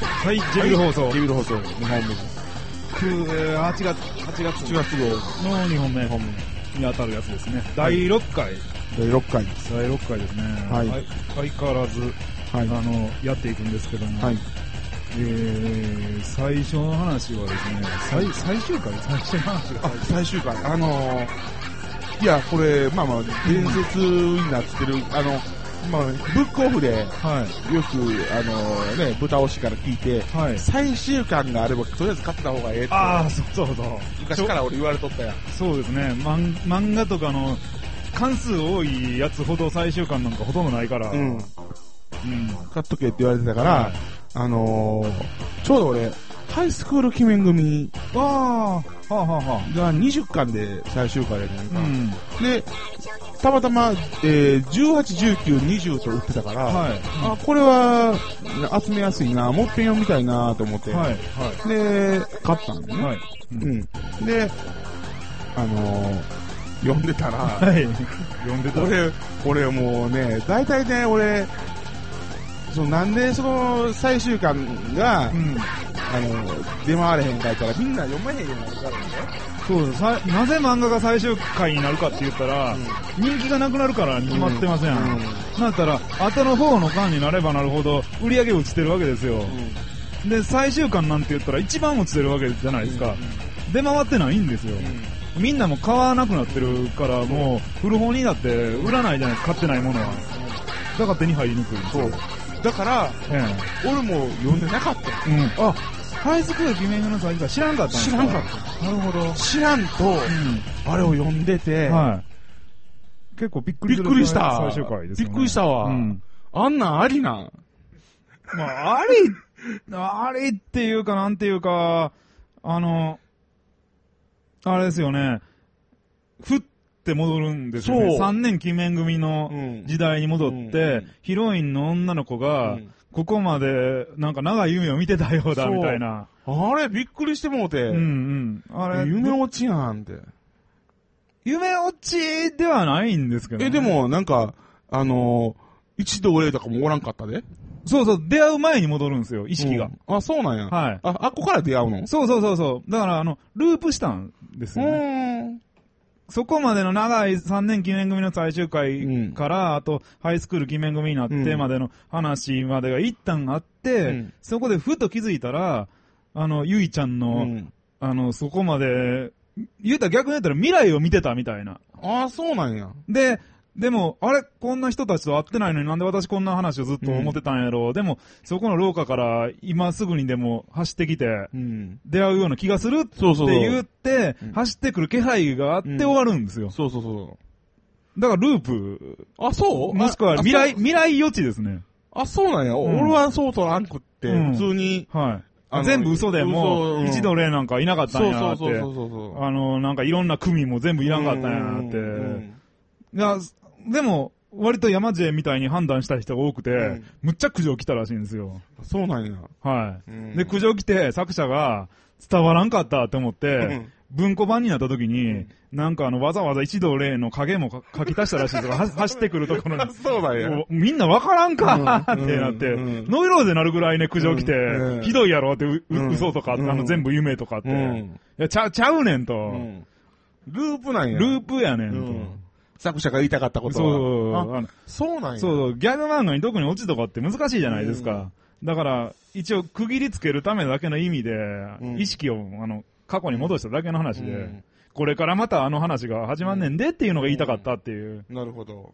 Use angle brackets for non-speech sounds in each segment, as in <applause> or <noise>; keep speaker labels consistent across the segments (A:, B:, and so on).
A: はい、ジェビル放送。
B: ビル放送、2本目です。
A: くー8月、8月、10月
B: の2本目、
A: 号に当たるやつですね。
B: はい
A: 第6回。
B: 第6回です。
A: 第6回ですね。
B: はい
A: 相変わらず、
B: は
A: あ
B: い。は
A: の、やっていくんですけども。
B: い。
A: えー、最初の話はですね、最、最終回最初の話が
B: あ、最終回。あのー、いや、これ、まあまあ、伝説になってる、あの、まあ、ブックオフで、よく、
A: はい。
B: あのー、ね、豚推しから聞いて、
A: はい。
B: 最終巻があれば、とりあえず買ってた方がええって、
A: ああ、そうそうそう。
B: 昔から俺言われとったやん。
A: そうですね、漫漫画とかの関数多いやつほど最終巻なんかほとんどないから、
B: うん。
A: うん
B: 買っとけって言われてたから、
A: はい
B: あのー、ちょうど俺、ハイスクール記念組
A: ああ、はあはあは
B: が20巻で最終回やねん
A: あ、
B: か。
A: うん、
B: で、たまたま、えー、18、19、20と売ってたから、
A: はい、
B: あ、これは、集めやすいな、もっぺん読みたいなと思って、
A: はい、
B: で、買ったんだ
A: はい、
B: ね、
A: はい、
B: うん。で、あのー、読んでたら、
A: <laughs> はい、読んでた。
B: 俺、俺もうね、大体ね、俺、そのなんでその最終巻が、
A: うん、
B: あの、出回れへんかったらみんな読めへんようになるからね。
A: そうですさなぜ漫画が最終回になるかって言ったら、人気がなくなるから決まってません、
B: うん
A: ん、なったら後の方の巻になればなるほど売り上げ落ちてるわけですよ、で最終巻なんて言ったら一番落ちてるわけじゃないですか、出回ってないんですよ、みんなも買わなくなってるから、もう古本になって売らないじゃないですか、買ってないものは。だから手に入りにくい。
B: そう。だから、
A: え
B: 俺も読んでなかったよ
A: え。うん。あ、ハイスクール決めの最初は知らんかったんです
B: 知らんかった。なるほど。知らんと、
A: う
B: あれを読んでて、
A: ん。はい。結構びっくりする
B: びっくりした
A: 最終回ですよ
B: びっ
A: ね
B: くりしたわ
A: うん。
B: あんなんありなん。
A: まあ、あり、ありっていうか、なんていうか、あの、あれですよね。ふって戻るんですよ
B: そ
A: ね。
B: う
A: 3年鬼面組の
B: うん
A: 時代に戻って、
B: うん
A: ヒロインの女の子が、
B: うん
A: ここまで、なんか長い夢を見てたようだ、
B: そう
A: みたいな。
B: あれ、びっくりしてもうて、
A: うんうん。あれ、
B: 夢落ちやんって。
A: 夢落ちではないんですけど、ね。
B: え、で、も、なんか、あのー、一度俺とかもおらんかったで。
A: そうそう、出会う前に戻るんですよ、意識が。
B: うんあ、そうなんや。
A: はい
B: あ、あっこから出会うの
A: そうそうそうそう。だから、あの、ループしたんですよね。
B: ん。
A: そこまでの長い3年記念組の最終回から、あと、ハイスクール記念組になってまでの話までが一旦あって、
B: うん
A: そこでふと気づいたら、あの、ゆいちゃんの、
B: うん。
A: あの、そこまで、言うたら逆に言ったら未来を見てたみたいな。
B: あ、そうなんや。
A: で、でも、あれこんな人たちと会ってないのになんで私こんな話をずっと思ってたんやろう。でも、そこの廊下から今すぐにでも走ってきて、
B: うん。
A: 出会うような気がするって
B: そうそうそう。
A: 言って
B: うん、
A: 走ってくる気配があって終わるんですよ。
B: そうそうそ
A: だからループ、
B: う。あ、そう
A: もしくは未来、
B: あ
A: 未来予知ですね。
B: あ、そうなんや。
A: ん
B: 俺はそうとらんくって、
A: うん
B: 普通に。
A: は
B: あ
A: い。
B: の
A: 全部嘘でも
B: 嘘う
A: う、
B: ん
A: 一の例なんかいなかったん
B: そう
A: や
B: そ
A: な
B: う
A: って
B: そう。そうそう。
A: あの、なんかいろんな組も全部いらんかったんやなって。いや、でも、割と山勢みたいに判断した人が多くて、
B: うん
A: むっちゃ苦情来たらしいんですよ。
B: そうなんや。
A: は
B: う
A: い。
B: ん
A: で、苦情来て作者が伝わらんかったって思って、
B: うん
A: 文庫版になった時に、
B: ん
A: なんかあの、わざわざ一同例の影
B: <laughs>
A: もか書き足したらしいですよ。は走ってくるところに
B: あ、。そうなんや。
A: もうみんなわからんか
B: う
A: っ
B: ん
A: てなって
B: うんうん、
A: ノイローゼなるぐらいね、苦情来て
B: うん、
A: ひどいやろって、う
B: うん
A: う嘘とかあって、あ
B: う
A: の
B: ん
A: 全部夢とかあって。
B: うん
A: いや、ちゃう、ちゃうねんと。
B: うんループなんや。
A: ループやね
B: うんん。作者が言いたかった
A: と。
B: こと
A: そうそう
B: は。
A: そうあの
B: あそうなんや。
A: そうそう、ギャグ漫画に特に落ちとかって難しいじゃないですか。だから、一応区切りつけるためだけの意味で、
B: ん
A: 意識を、あの、過去に戻しただけの話
B: う
A: で
B: ん、
A: これからまたあの話が始まんねんでっていうのが言いたかったっていう。
B: なるほど。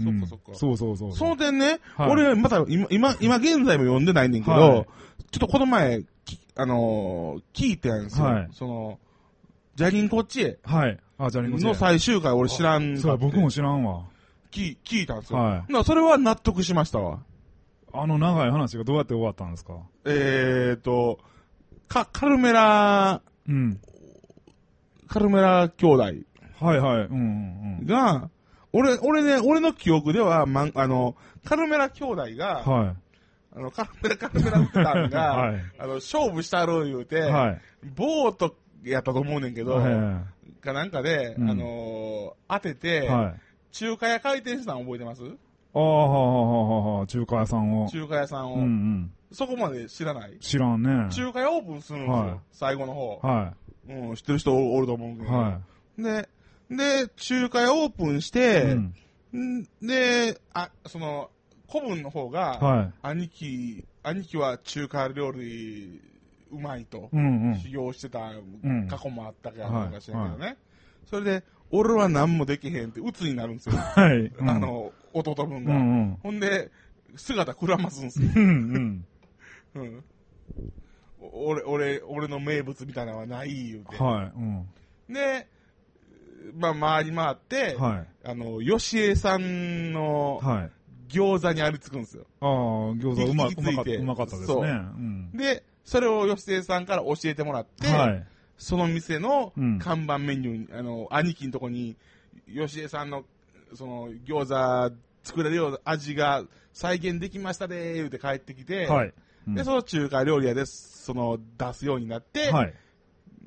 A: う
B: そっ
A: ん
B: かそっか。
A: そうそうそう。
B: その点ね、
A: はい
B: 俺、また今、今、今現在も読んでないねんけど、
A: はい
B: ちょっとこの前、きあのー聞いてんすよ。
A: はい
B: その、ジャリンコッチエ
A: はい。あ、じゃあ、リンゴちゃん
B: の最終回俺知らんかって
A: そう、僕も知らんわ。
B: 聞聞いたんですよ。
A: は
B: なそれは納得しましたわ。
A: あの長い話がどうやって終わったんですか
B: えーと、か、カルメラ、
A: うん。
B: カルメラ兄弟。
A: はいはい。うんうん
B: が、俺、俺ね、俺の記憶では、まん、あの、カルメラ兄弟が、
A: うん。は
B: あの、カルメラ、カルメラさんが、
A: <laughs> はい
B: あの、勝負したろう言うて、
A: い。はい。
B: ボートやったと思うねんけど、
A: は
B: かなんかで、
A: うん
B: あのー当て
A: い。
B: て、
A: はい。
B: 中華屋回転したの覚えてます
A: ああ、はあはあはあはあ、中華屋さんを。
B: 中華屋さんを、
A: うんうん。
B: そこまで知らない
A: 知らんね。
B: 中華屋オープンするんですよ、
A: はい
B: 最後の方、
A: は
B: うん、知ってる人おおると思うけ
A: い。
B: ど、
A: は
B: で、で、中華屋オープンし
A: い。
B: て、
A: うん。
B: んで、あ、その、古文の方が、
A: は
B: 兄貴、兄貴は中華料理うまいと
A: い。、うんうん。
B: 修行してた
A: ん
B: 過去もあったからなんか知らんけどね。それで、俺は何もできへんって鬱になるんですよ。
A: はい。うん
B: あ、の、弟分
A: う
B: が。
A: んうん。
B: ほんで、姿くらますんですよ。
A: うんうん。
B: うん。お俺、俺、俺の名物みたいなのはない言うて。
A: はい。うん。
B: で、まあ、回り回って、
A: はい。
B: あの、吉江さんの
A: はい。
B: 餃子にありつくんですよ。
A: ああ、餃子うま
B: 行き
A: う
B: 着い
A: まかった、
B: て
A: うまかったですね。
B: そう
A: うん。
B: で、それを吉江さんから教えてもらって、
A: はい。
B: その店の
A: うん
B: 看板メニューに、あの、兄貴のとこに、吉江さんの、その、餃子作れるような味が再現できましたでー、言うて帰ってきて、
A: はい。うん
B: で、その中華料理屋で、その、出すようになって、
A: はい。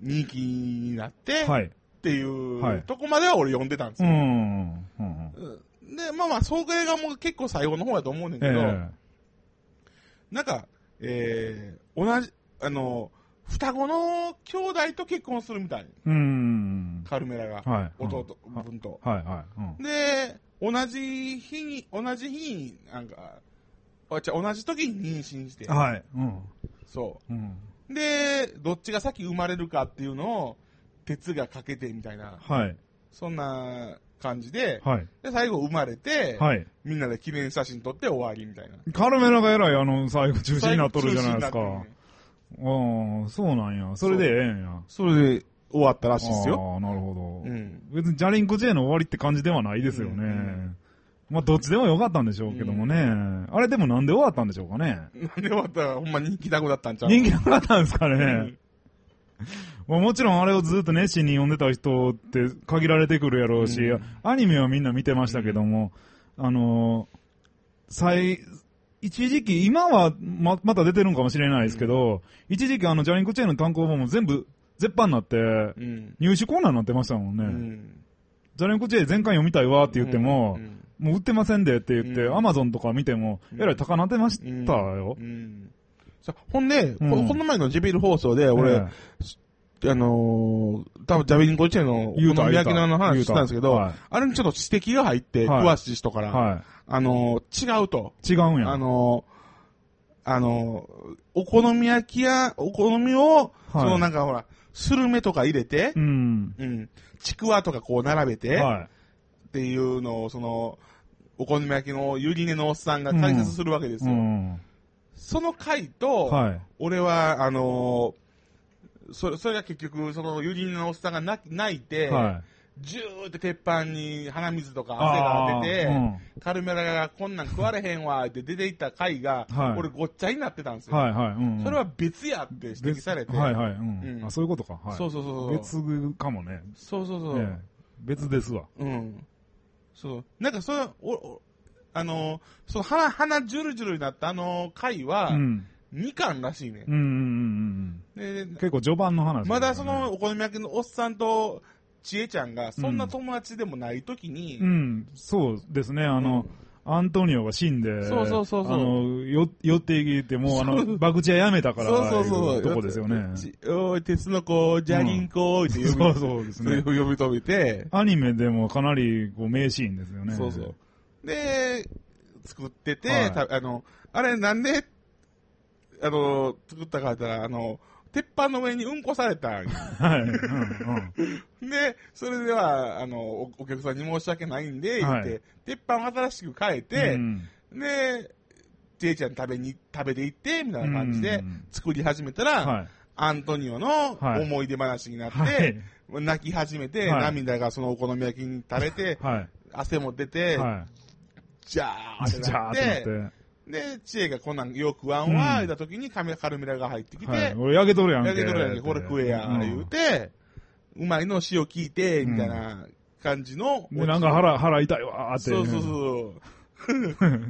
B: 人気になって、
A: は
B: っ
A: い。
B: ていう、
A: はい
B: とこまでは俺読んでたんです
A: う
B: よ。
A: ん。うんうん。
B: で、まあまあ、それがもう結構最後の方やと思うねん
A: え
B: けど、
A: え。
B: なんか、えー、同じ、あの、双子の兄弟と結婚するみたい。
A: うん。
B: カルメラが。
A: はい。
B: 弟分と。
A: うん。はいはい。うん。
B: で、同じ日に、同じ日に、なんか、あ、じゃ同じ時に妊娠して。
A: はい。うん。
B: そ
A: うん。
B: う。で、どっちが先生まれるかっていうのを、鉄がかけてみたいな、
A: はい。
B: そんな感じで、
A: はい。
B: で、最後生まれて、
A: はい。
B: みんなで記念写真撮って終わりみたいな。
A: カルメラが偉い、あの、最後中止になっとるじゃないです
B: 中
A: か。
B: 止になってる
A: ああ、そうなんや。それでええんや。
B: それで終わったらしいですよ。
A: ああ、なるほど。
B: うん。
A: 別にジャリンコ J の終わりって感じではないですよね。
B: うんうん
A: まあ、どっちでもよかったんでしょうけどもね。あれでもなんで終わったんでしょうかね。
B: なんで終わったらほんま人気なくだったんちゃう
A: 人気なかったんですかね。
B: うん
A: まあ、もちろんあれをずっと熱心に読んでた人って限られてくるやろうし、
B: うん
A: アニメはみんな見てましたけども、あのー最、一時期、今はま、また出てるんかもしれないですけど、一時期あの、ジャリンコチェーンの単行本も全部、絶版になって、
B: うん。
A: 入手コーナーになってましたもんね。
B: うん。
A: ジャリンコチェーン全巻読みたいわって言っても、
B: うん
A: もう売ってませんでって言って、
B: うん
A: アマゾンとか見ても、
B: うん
A: えらい高なってました
B: うん
A: よ
B: う。ん。さほんで、こ
A: うん
B: この前のジビル放送で、俺、
A: え
B: あのー、多分ジャベリンコチェの
A: え
B: お好み焼きのあの話してたんですけど、
A: は
B: あれにちょっと指摘が入って、
A: はい
B: 詳しい人か
A: い。
B: ら、
A: は
B: あのー、違うと。
A: い違うんや。
B: あのー、あのー、お好み焼きや、お好みを、そのなんかほら、スルメとか入れて
A: う、ん。
B: うん、ちくわとかこう並べて、
A: は
B: っていうのを、その、お好み焼きのゆり根のおっさんが解説するわけで
A: い。
B: す
A: う
B: よ。
A: ん。
B: その回と、
A: はい。
B: 俺は、あのーそれ、それが結局、そのゆり根のおっさんがな泣いて、
A: はい。
B: ジューって鉄板に鼻水とか汗が出て、
A: あーうん
B: カルメラがこんなん食われへんわって出ていった回が、
A: はい
B: 俺ごっちゃになってたんですよ。
A: はいはい。うん。
B: それは別やって指摘されて、
A: 別はいはい。う。
B: うんん
A: あ、そういうことか。はい。
B: そうそうそうそう。
A: 別かもね。
B: そうそうそう。
A: ええ別ですわ。
B: うん。そう。なんかそれ、お、おあのー、その鼻、鼻ジュルジュルになったあの回は
A: う、ん。
B: 2巻らしいね
A: うん。うんうん
B: で
A: うん。結構序盤の話。
B: まだその、お好み焼きのおっさんと、ちえちゃんが、そんな友達でもない時に、
A: うん、そうですね。あの、アントニオが死んで、
B: そうそうそうそう
A: あの、よ、寄っていって、もうあの、バクチはやめたから、
B: そうそうそう。
A: とこですよね。
B: ちおい、鉄の子、ジャリンコ、って呼び、
A: そうそうですね
B: 呼び止めて、
A: アニメでもかなり、こう、名シーンですよね。
B: そうそう。。で、作ってて、
A: はい
B: たあの、あれなんで、あの、作ったかって言ったら、あの、鉄板の上にうんこされ
A: <laughs>
B: たんよ。
A: はい。うんうん。
B: で、それでは、あの、おお客さんに申し訳ないんで、言って、
A: はい
B: 鉄板を新しく変えて、
A: うん
B: で、ジェイちゃん食べに、食べていって、みたいな感じで
A: うん
B: 作り始めたら、
A: はい。
B: アントニオの
A: はい
B: 思い出話になって、
A: はい。
B: 泣き始めて、
A: はい
B: 涙がそのお好み焼きに垂れて、
A: は
B: 汗も出
A: い。
B: て、
A: は
B: じゃー
A: い。
B: って
A: じゃ
B: な
A: あ、
B: っ、
A: ってて
B: で、知恵がこんなんよくわんわ、言
A: うん
B: った時にカメカルメラが入ってきて、
A: なって。はい。
B: や
A: 俺、焼けとるやんけ。
B: けどるやんけ、これ食えや、
A: ん
B: 言うて、うまいの塩効いて、みたいな感じの。
A: で、なんか腹、腹痛いわーって。
B: そうそうそう。
A: うん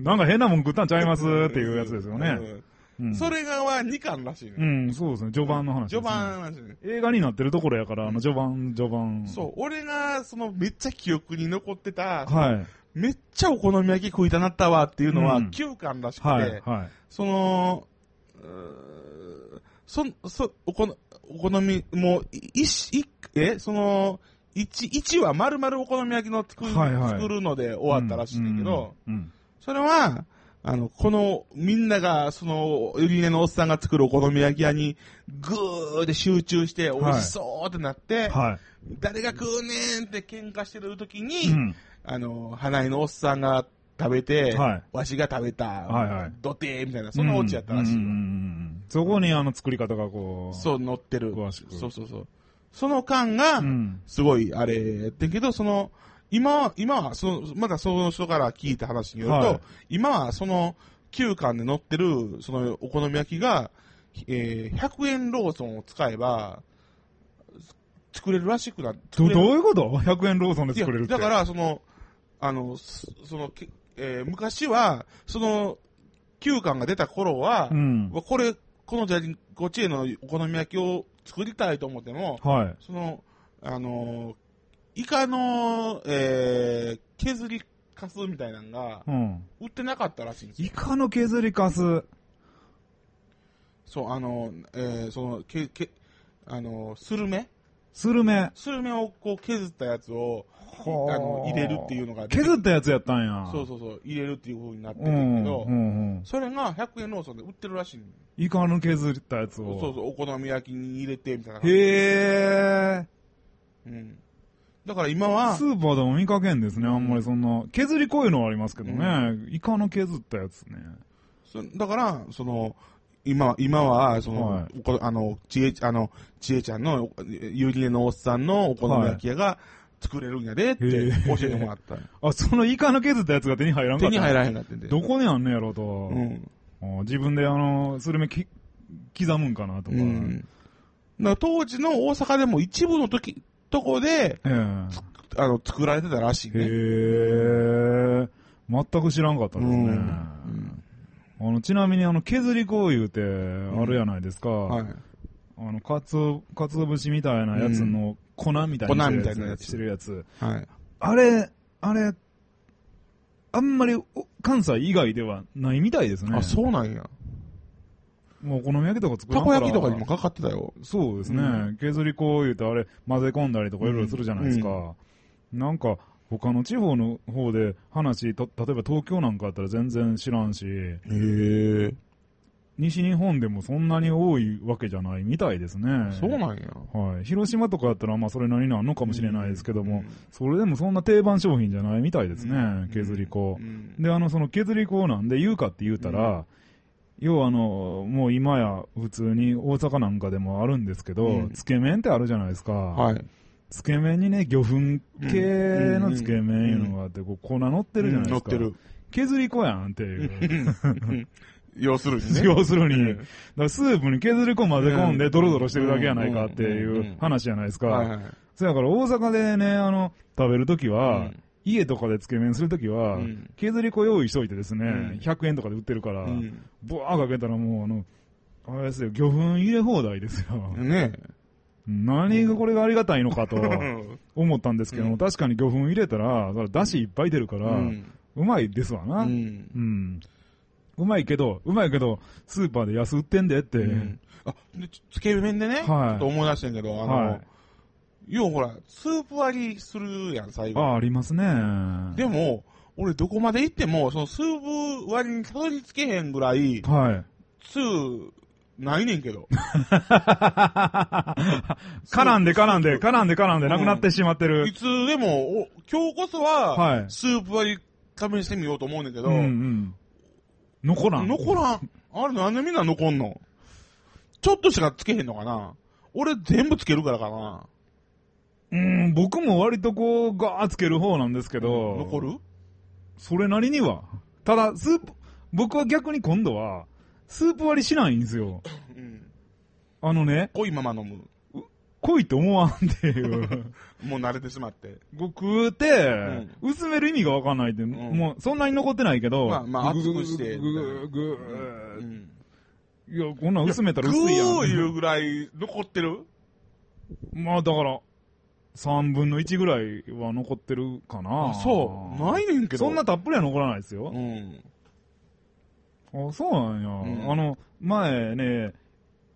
A: なんか変なもん食ったんちゃいますっていうやつですよね。う
B: うん。
A: ん
B: それがは2巻らしいね。
A: うん、そうですね。序盤の話ですね
B: 序盤なんですね。
A: 映画になってるところやから、あの、序盤、序盤。
B: そう、俺が、その、めっちゃ記憶に残ってた、
A: はい。
B: めっちゃお好み焼き食いたなったわっていうのは
A: うん
B: 9巻らしくて、
A: はい。はい。
B: その、うーそ、そ、おこの、お好み、もう、い一、いえ、その、一、一は丸々お好み焼きの作る、
A: はいはい
B: 作るので終わったらしいんだけど、
A: うん。うん
B: それは、あの、この、みんなが、その、ゆりねのおっさんが作るお好み焼き屋に、ぐーって集中して、美味しそうってなって、
A: は
B: 誰が食うねんって喧嘩してる時に、
A: い。うん。
B: あの、花井のおっさんが食べて、
A: はい
B: わしが食べた、
A: はいはい
B: どてーみたいな、そんなオチやったらしいよ。
A: うんうんうんうんそこにあの作り方がこう。
B: そう、乗ってる
A: 詳し。く
B: そうそうそう。その間が、
A: うん。
B: すごい、あれ、だけど、その、今は、今は、その、まだその人から聞いた話によると、
A: はい
B: 今はその、9巻で載ってる、その、お好み焼きが、えー、100円ローソンを使えば、作れるらしくなって。
A: ど、
B: 作れる
A: どういうこと ?100 円ローソンで
B: いや
A: 作れるって。
B: だから、その、あの、すその、けえー昔は、その、9巻が出た頃は、
A: うん。
B: わこれ、このジャリゴチエのお好み焼きを作りたいと思っても、
A: はい。
B: その、あのーイカの、えー削りカスみたいなのが、
A: うん。
B: 売ってなかったらしいんですよ
A: イ。カの削りカス。
B: そう、あのーえーその、け、け、あのースルメ
A: スルメ。
B: スルメをこう削ったやつを、あ
A: はあ
B: の、入れるっていうのが、
A: 削ったやつやったんや。
B: そうそうそう、入れるっていう風になって
A: う
B: るんだけ
A: ん。
B: ど、
A: うん。うん。
B: それが100円ローソンで売ってるらしいの
A: イカの削ったやつを。
B: そうそう、お好み焼きに入れて、みたいな。
A: へえ。
B: うん。だから今は
A: ス、ーパーでも見かけんですね、あんまりそんな。削りこういうのはありますけどね。イカの削ったやつね。
B: そだから、その、今、今は、その、
A: は
B: おこあの、ちえ、あの、ちえちゃんの、おゆりえのおっさんのお好み焼き屋が作れるんやでって
A: へー
B: 教えてもらっ
A: <laughs>
B: た。
A: あ、そのイカの削ったやつが手に入らんか
B: 手
A: った。
B: に入らへんなってんで。
A: どこにあんねやろうと。
B: うん。
A: あ自分であの、スルメき刻むんかなとか。
B: うん。だから当時の大阪でも一部の時、とこで、
A: ええ
B: あの、作られてたらしい
A: へ
B: ね。
A: え。全く知らんかったですね。
B: うん
A: あの、ちなみにあの、削りこういうて、あるやないですか。
B: はい。
A: あの、かつお、かつお節みたいなやつの粉みたいな
B: 粉みたいなやつ
A: してるやつ。
B: はい。
A: あれ、あれ、あんまりお関西以外ではないみたいですね。
B: あ、そうなんや。
A: もうお好み焼きとか作ら
B: た
A: んか
B: こ
A: ら
B: 焼きとかにもかかってたよ。
A: そうですね。
B: う
A: 削り粉を言うとあれ混ぜ込んだりとかいろいろするじゃないですか。なんか他の地方の方で話と、例えば東京なんかあったら全然知らんし、
B: へえ。
A: 西日本でもそんなに多いわけじゃないみたいですね。
B: そうなんや。
A: はい。広島とかだったらまあそれなりにあんのかもしれないですけども、それでもそんな定番商品じゃないみたいですね。
B: うん
A: 削り粉。
B: うん。
A: で、あの、その削り粉なんで言うかって言うたら、要はあの、もう今や普通に大阪なんかでもあるんですけど、
B: うん
A: つけ麺ってあるじゃないですか。
B: はい。
A: つけ麺にね、魚粉系のつけ麺いうのがあって、こう粉乗ってるじゃないですか。
B: 乗ってる。
A: 削り粉やんっていう。
B: 要するにね。
A: <laughs> 要するに、
B: うん
A: だからスープに削り粉混ぜ込ん
B: う
A: で
B: ん
A: ドロドロしてるだけやないかっていう話じゃないです
B: はい
A: か。
B: はい
A: そやから大阪でね、あの、食べるときは、
B: うん
A: 家とかでつけ麺するときは、
B: うん
A: 削り粉用意しといてですね、
B: うん
A: 100円とかで売ってるから、
B: うん
A: ブワーかけたらもうあの、あれですよ、魚粉入れ放題ですよ。
B: ね
A: 何がこれがありがたいのか
B: <laughs>
A: と
B: え。
A: 思ったんですけども、
B: うん
A: 確かに魚粉入れたら、それだしいっぱい出るから、う
B: うん
A: まいですわ
B: う
A: な。うん。
B: ん
A: うまいけど、うまいけど、スーパーで安売ってんでって。
B: うんあ、で、ちょつけ麺でね、ち
A: はい
B: ょっと思い出してんけど、あ
A: は
B: の
A: い、
B: 要はほら、スープ割りするやん、最
A: あ
B: 後。
A: あ、ありますね。
B: でも、俺どこまで行っても、そのスープ割りにたどり着けへんぐらい、
A: はい。
B: ツー、ないねんけ
A: <laughs>
B: ど。
A: 絡んで絡んで、絡んで絡んで、なくなってしまってる
B: い。つでも、お今日こそ
A: は
B: は、
A: い
B: スープ割り試してみようと思うねんけ
A: う
B: ど、
A: んうん。残らん。
B: 残らん。あれなんでみんな残んのちょっとしかつけへんのかな俺全部つけるからかな
A: うん、僕も割とこう、ガーつける方なんですけど。
B: 残る
A: それなりには。ただ、スープ、僕は逆に今度は、スープ割りしないんですよ。
B: うん。
A: あのね、
B: 濃いまま飲む。
A: 来いと思わんって
B: <laughs>
A: いう。
B: もう慣れてしまって。
A: ご食うて、薄める意味がわかんないって、もうそんなに残ってないけど、
B: まあまあ熱くして
A: ぐぐぐぐ
B: う
A: ぐ
B: ん。
A: いや、こんなん薄めたら
B: グ
A: 薄いや
B: ーい
A: ん。
B: うぐらい残ってる
A: まあだから、3分の1ぐらいは残ってるかな。
B: そう。ないねんけど。
A: そんなたっぷりは残らないですよ
B: う。ん。
A: あ、そうなんや。
B: うん
A: あの、前ね、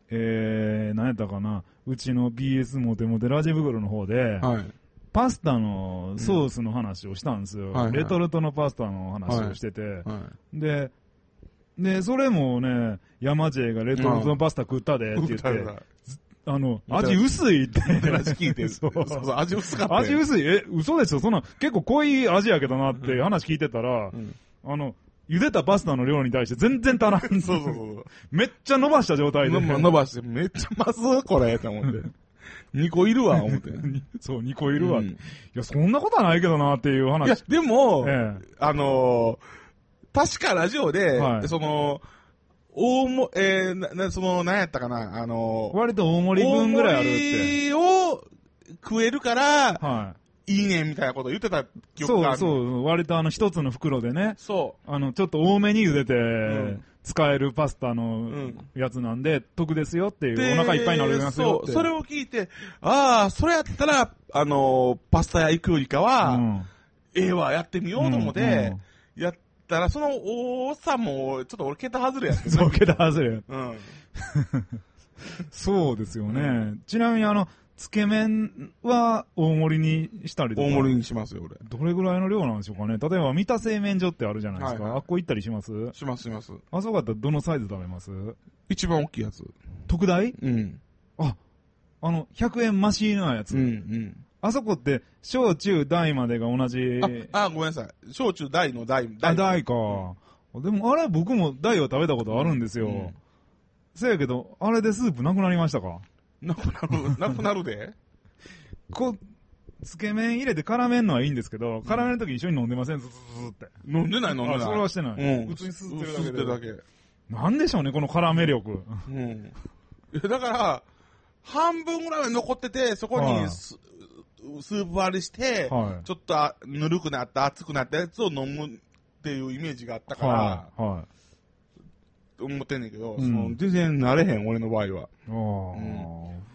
A: えー、何やったかな、うちの BS モテモテラジ袋の方で、
B: はい。
A: パスタのソースの話をしたんですよ。
B: うんはいはい
A: レトルトのパスタの話をしてて、
B: は
A: で、で、それもね、山 J がレトルトのパスタ食ったでって
B: い。
A: 言って、
B: ら
A: あの、
B: 言った
A: 味薄いって。
B: 話聞いてる。
A: <laughs>
B: <laughs>
A: そ
B: そううそう、味薄かった。
A: 味薄いえ、嘘ですよ。そんな、結構濃い味やけどなって話聞いてたら、
B: うん
A: あの、茹でたパスタの量に対して全然足ら
B: <laughs>
A: ん。
B: そうそうそう。
A: めっちゃ伸ばした状態で。
B: の伸ばして、めっちゃまずこれ、と思って。2個いるわ、思って。
A: <laughs> そう、2個いるわ、
B: うん
A: いや、そんなことはないけどなっていう
B: いや
A: 話。、
B: でも、
A: ええ
B: あのー確かラジオで、
A: はい
B: その、大も、えーな、な、その、何やったかな、あのー
A: 割と大盛り分ぐらいあるって。
B: 大盛りを食えるから、
A: はい
B: いね、みたいなこと言ってた
A: い。
B: 記憶があ
A: そう
B: る。う。
A: そう、割とあの、一つの袋でね、
B: そ
A: あの、ちょっと多めに茹でて
B: ん、
A: 使えるパスタの
B: ん。
A: やつなんで、得ですよっていうう、お腹いっぱいになりますよっ
B: そ
A: て。
B: う、それを聞いて、ああ、それやったら、あのーパスタ屋行くよりかは、
A: うん
B: ええわ、やってみようと思っ
A: うん
B: て、やったら、その多さも、ちょっと俺、桁外れやって
A: そう、桁外れ。
B: うん。
A: そうですよね。
B: う
A: ちなみにあの、つけ麺は大盛りにしたりとか。
B: 大盛りにしますよ、俺。
A: どれぐらいの量なんでしょうかね。例えば、三田製麺所ってあるじゃないですか。
B: はいはい
A: あっこ行ったりします
B: します、します。
A: あそこだったらどのサイズ食べます
B: 一番大きいやつ。
A: 特大
B: うん。
A: あ、あの、100円増しのやつ。
B: うん、うん。
A: あそこって、小中大までが同じ。
B: あ、あ、ごめんなさい。小中大の大、
A: あ、
B: 大。
A: 大か。でも、あれ僕も大を食べたことあるんですよ。
B: うん
A: せやけど、あれでスープなくなりましたか
B: なくな <laughs> る、なくなるで。
A: こう、つけ麺入れて絡めんのはいいんですけど、絡めるとき一緒に飲んでませんズズズズって。
B: 飲んでない、飲んでない。
A: あそれはしてない
B: うん。
A: 普通に吸ってるだけで
B: 吸ってるだけ。
A: なんでしょうね、この絡め力。
B: うん。いやだから、半分ぐらいは残ってて、そこ
A: はい
B: にススープ割りして、
A: はい
B: ちょっとあぬるくなった、熱くなったやつを飲むっていうイメージがあったから、
A: はい。はい。
B: 思ってんねんけど、
A: うん
B: その全然慣れへん、俺の場合は。
A: ああ、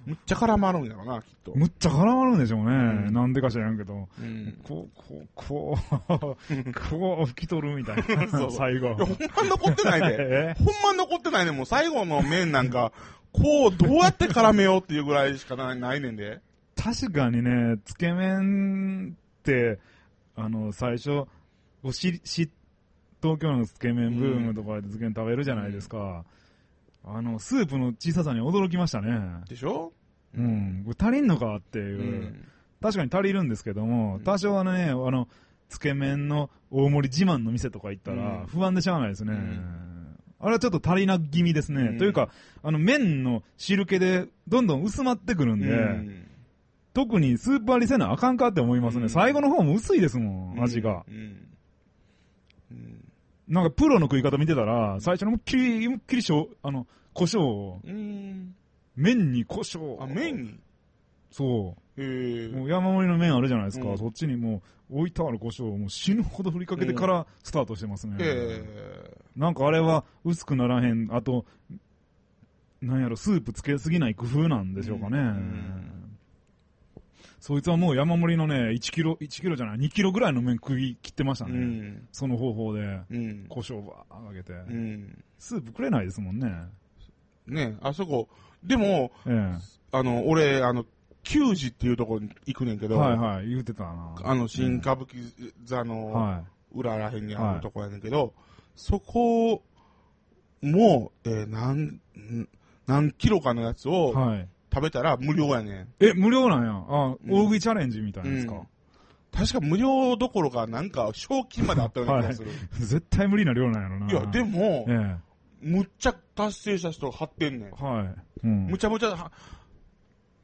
B: むっちゃ絡まるんやろな、きっと。
A: むっちゃ絡まるんでしょうね。
B: ん
A: なんでか知らんけど。
B: うん。
A: こう、こう、こう、 <laughs> こう、吹き取るみたい
B: <laughs> そ
A: な。
B: う
A: 最後
B: い。や、ほんま残ってないで。 <laughs>
A: え
B: ほんま残ってないね。もう最後の麺なんか、こう、どうやって絡めようっていうぐらいしかないないねんで。
A: 確かにね、つけ麺って、あの、最初、おし、し、東京のつけ麺ブームとかでつけ麺食べるじゃないですか。あの、スープの小ささに驚きましたね。
B: でしょ
A: うん。これ足りんのかっていうう。
B: ん。
A: 確かに足りるんですけども、多少はね、あの、つけ麺の大盛り自慢の店とか行った
B: う
A: ら
B: ん、
A: 不安でしゃあないですね。
B: うん
A: あれはちょっと足りな気味ですね。
B: うん
A: というか、あの、麺の汁気で、どんどん薄まってくるん
B: う
A: で、
B: ん。
A: 特にスープ割りせなあかんかって思います
B: う
A: ね。
B: ん
A: 最後の方も薄いですもん、味が。
B: うん。うん。
A: なんか、プロの食い方見てたら、最初のむっきり、むっきりしょう、あの、胡椒を、
B: うん。
A: 麺に胡椒。
B: あ、麺に
A: そう。
B: へえ。
A: もう山盛りの麺あるじゃないですか、
B: うん
A: そっちにもう置いてある胡椒をもう死ぬほど振りかけてからスタートしてますね、
B: へ
A: なんかあれは薄くならへんあとなんやろスープつけすぎない工夫なんでしょうかね、
B: うん
A: そいつはもう山盛りのね1キロ1キロじゃない2キロぐらいの麺食い切ってました
B: う
A: ね、
B: ん。
A: その方法で
B: うん。
A: 胡椒ばーかけて、
B: うん。
A: スープくれないですもんね
B: ねあそこ。でも、
A: え
B: あの、俺、あの、球児っていうところに行くねんけ
A: え
B: ど、
A: はいはい言うてたな
B: あの、新歌舞伎座の、
A: は
B: 裏らへんにあるとこやねんけど、そこも、えー、何、ん何キロかのやつ
A: い
B: を
A: はい
B: 食べたら無料やねん。
A: え無料なんやあ
B: ん
A: 大食いチャレンジみたいですか、
B: うん確か無料どころか、なんか、賞金まであったような気がする。
A: 絶対無理な量なんやろな。
B: い、や、でも、
A: え
B: むっちゃ達成した人が貼ってんねん
A: え。はい。うん。
B: むちゃむちゃ、は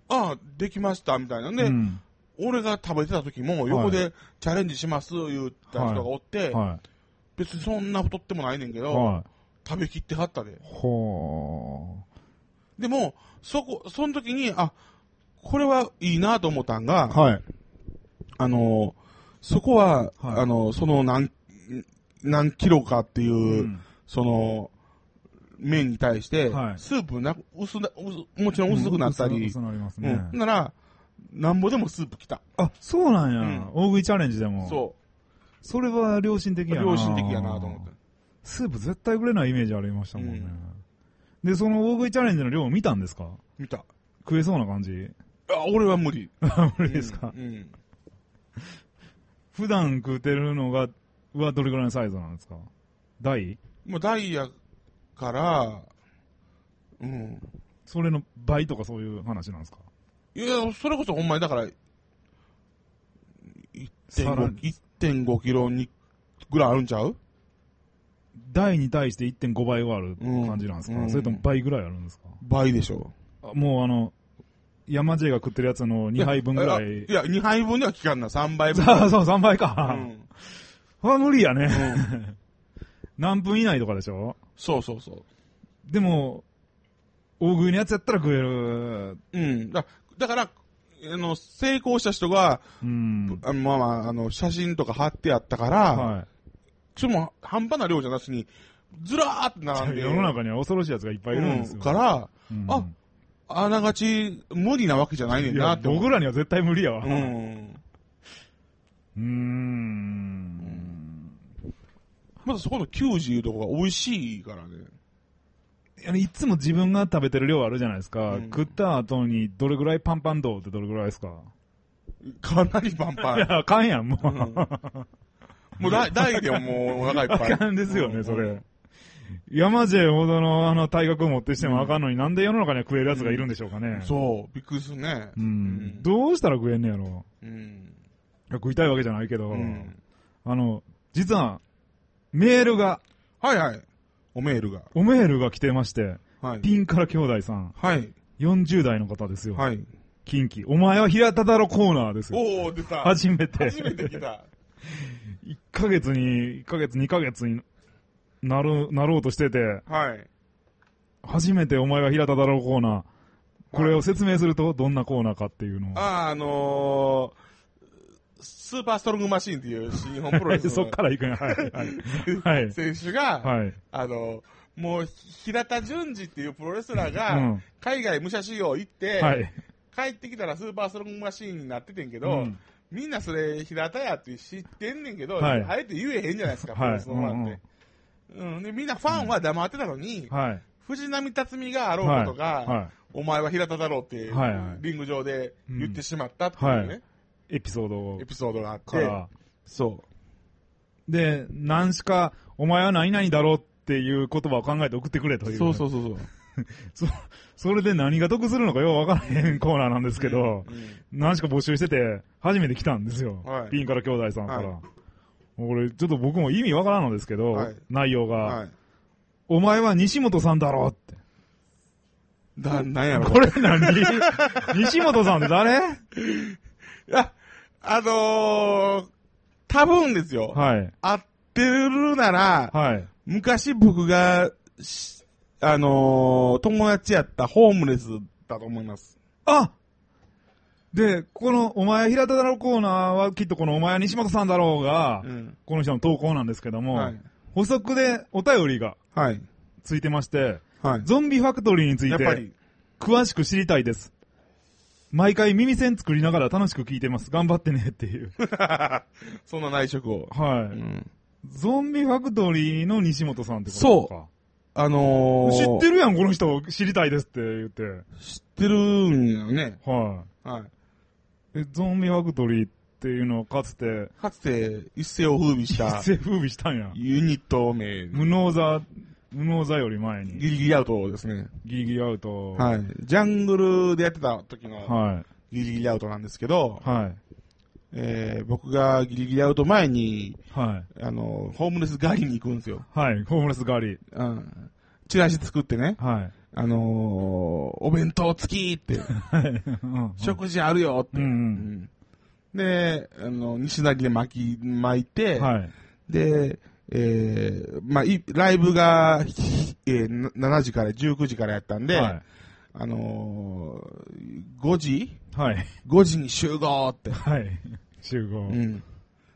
B: ああ、できました、みたいなね、
A: うん
B: 俺が食べてた時も、横でチャレンジします、言った人がおって、
A: は
B: 別にそんな太ってもないねんけ
A: い。
B: ど、
A: は
B: 食べきってはったで
A: い。。ほ
B: でも、そこ、その時に、あ、これはいいなと思ったんが、
A: はい。
B: あの、そこは、
A: はい
B: あの、その何、何キロかっていう、
A: うん
B: その、麺に対して、
A: はい
B: スープなく、薄な、薄もちろん薄くなったり、
A: 薄くなります
B: う
A: ね。
B: ん。なら、なんぼでもスープきた。
A: あ、そうなんや、
B: うん
A: 大食いチャレンジでも。
B: そ
A: それは良心的
B: う。
A: やな。
B: 良心的やなと思って。。
A: スープ絶対くれないイメージありましたもんね。で、その大食いチャレンジの量を見たんですか
B: 見た。
A: 食えそうな感じ
B: あ、俺は無理。
A: あれですか、
B: うんうん
A: 普段食うてるのが、はどれぐらいのサイズなんですか大
B: もうダイヤから、うん。
A: それの倍とかそういう話なんですか
B: いや、それこそほんまにだから、1.5
A: さらに
B: 1.5キロにぐらいあるんちゃう
A: 大に対して1.5倍はある感じなんですか、
B: うん
A: それとも倍ぐらいあるんですか
B: 倍でしょ。
A: あもうあの、山地が食ってるやつの2杯分ぐ
B: <laughs>
A: らい
B: い。や、2杯分には効かんな。3杯分。
A: あ <laughs> そう、3倍
B: う
A: か。
B: ん。
A: は無理やね。
B: うん
A: 何分以内とかでしょ
B: そうそうそう。
A: でも、大食いのやつやったら食える。
B: うん。だだから、あの、成功した人が、
A: うん。
B: あのまあまあ、あの、写真とか貼ってあったから、
A: は
B: それも半端な量じゃなしに、ずらーって並ん
A: い。
B: で。
A: 世の中には恐ろしいやつがいっぱいいるんです
B: う
A: よ。
B: んから、
A: うん
B: ああながち無理なわけじゃないね
A: い
B: んな
A: や、
B: って思う
A: 僕らには絶対無理やわ。
B: う。
A: うんーん。
B: まずそこの90いうとこが美味しいからね。
A: いやいつも自分が食べてる量あるじゃないですか。
B: うん
A: 食った後にどれぐらいパンパン度ってどれぐらいですか
B: かなりパンパ
A: い
B: ン。
A: や、あかんやん、も
B: うん
A: う。
B: もうだ大でももうお腹いっぱい。
A: あかんですよ
B: う
A: ね、
B: ん
A: それ。。山地ほどのあの体格を持ってしてもあかんのに、なんで世の中には食えるやつがいるんでしょうかね。
B: そう、びっくりするね。
A: う
B: うん
A: ん。どうしたら食えんねやろ。
B: うん。
A: いや食いたいわけじゃないけど、
B: うん
A: あの、実は、メールが、
B: はいはい。おメールが。
A: おメールが来てまして、
B: はい。
A: ピンから兄弟さん、
B: はい。
A: 40代の方ですよ。
B: はい。
A: 近畿。お前は平田だろコーナーですよ。
B: おお出た。
A: 初めて。
B: 初めて来た。
A: 1ヶ月に、1ヶ月、2ヶ月になる、なろうとしてて、
B: はい。
A: 初めてお前は平田だろコーナー。これを説明すると、どんなコーナーかっていうのを。
B: あー、あのー、スーパーストロングマシーンっていう新日本プロレスの
A: そっから行くんや。はい。はい。はい
B: 選手が、
A: はい。
B: あのー、もう、平田淳二っていうプロレスラー
A: う
B: が、
A: ん。
B: 海外武者修行行って、
A: はい。
B: 帰ってきたらスーパーストロングマシーンになっててんけど、
A: うん
B: みんなそれ平田やって知ってんねんけど、
A: はい
B: あえて言えへんじゃないですか、プロ
A: は
B: レ
A: い。
B: ス
A: う
B: のファン
A: ん
B: って。うん、でみんなファンは黙ってたのに、
A: うんはい。
B: 藤波辰巳があろ
A: は
B: う
A: い。
B: ことが、
A: は
B: お前は平田だろうって、
A: はいはい
B: リング上で言ってしまったっていうね、
A: い。エピソード
B: エピソードがあっ
A: か
B: て、
A: ら。
B: そ
A: で、何しか、お前は何々だろうっていう言葉を考えて送ってくれと
B: う
A: いう。。
B: そうそううそうそう。
A: それで何が得するのかよう分からへんコーナーなんですけど、
B: う
A: 何しか募集してて、初めて来たんですよ。
B: はい
A: ピンから兄弟さんから。
B: は
A: 俺、ちょっと僕も意味わからんのですけど、
B: はい
A: 内容が、
B: んはい。
A: お前は西本さんだろうって。
B: だ、なんやろ。
A: これ何 <laughs> 西本さんって誰
B: あ、あのー、多分ですよ。
A: はい。
B: 合ってるなら、
A: はい。
B: 昔僕がし、あのー友達やったホームレスだと思います。
A: あで、この、お前平田だろうコーナーはきっとこのお前は西本さんだろうが、
B: ん。
A: この人の投稿なんですけども、
B: はい。
A: 補足でお便りが
B: はい。
A: ついてまして、
B: はい。
A: ゾンビファクトリーについ
B: やってぱり、
A: 詳しく知りたいです。毎回耳栓作りながら楽しく聞いてます。頑張ってねって <laughs> いう。
B: そんな内職を。
A: は
B: う
A: い。
B: ん。
A: ゾンビファクトリーの西本さんってことか。
B: あのー、
A: 知って
B: る
A: るやん、この人。知りたいですって言って。
B: 知ってるんやね。
A: は。
B: はい
A: え、ゾンビファクトリーっていうのはかつて、
B: い。かつて、一世を風靡した
A: 一、世風靡したんや。
B: ユニット名、
A: 無能座、無能座より前に、
B: ギリギリアウトですね。
A: ギリギリアウト。い。
B: はい。ジャングルでやってた時の
A: は
B: ギリギリアウトなんですけど
A: い。、はい。
B: えー、僕がギリギリアウト前に、
A: はい。
B: あのー、ホームレス狩りに行くんですよ。
A: はい。ホームレスガリ。
B: うん。チラシ作ってね、
A: はい。
B: あのー、お弁当付きって、
A: うん
B: 食事あるよって。
A: うんうん。
B: うんで、あの、西成で巻き、巻いて、
A: はい。
B: で、えー、まあ、いライブが、ひえー、な7時から19時からやったんで、
A: はい。
B: あのー、5時
A: はい。
B: ?5 時に集合って。
A: はい。集合。う。
B: うんん。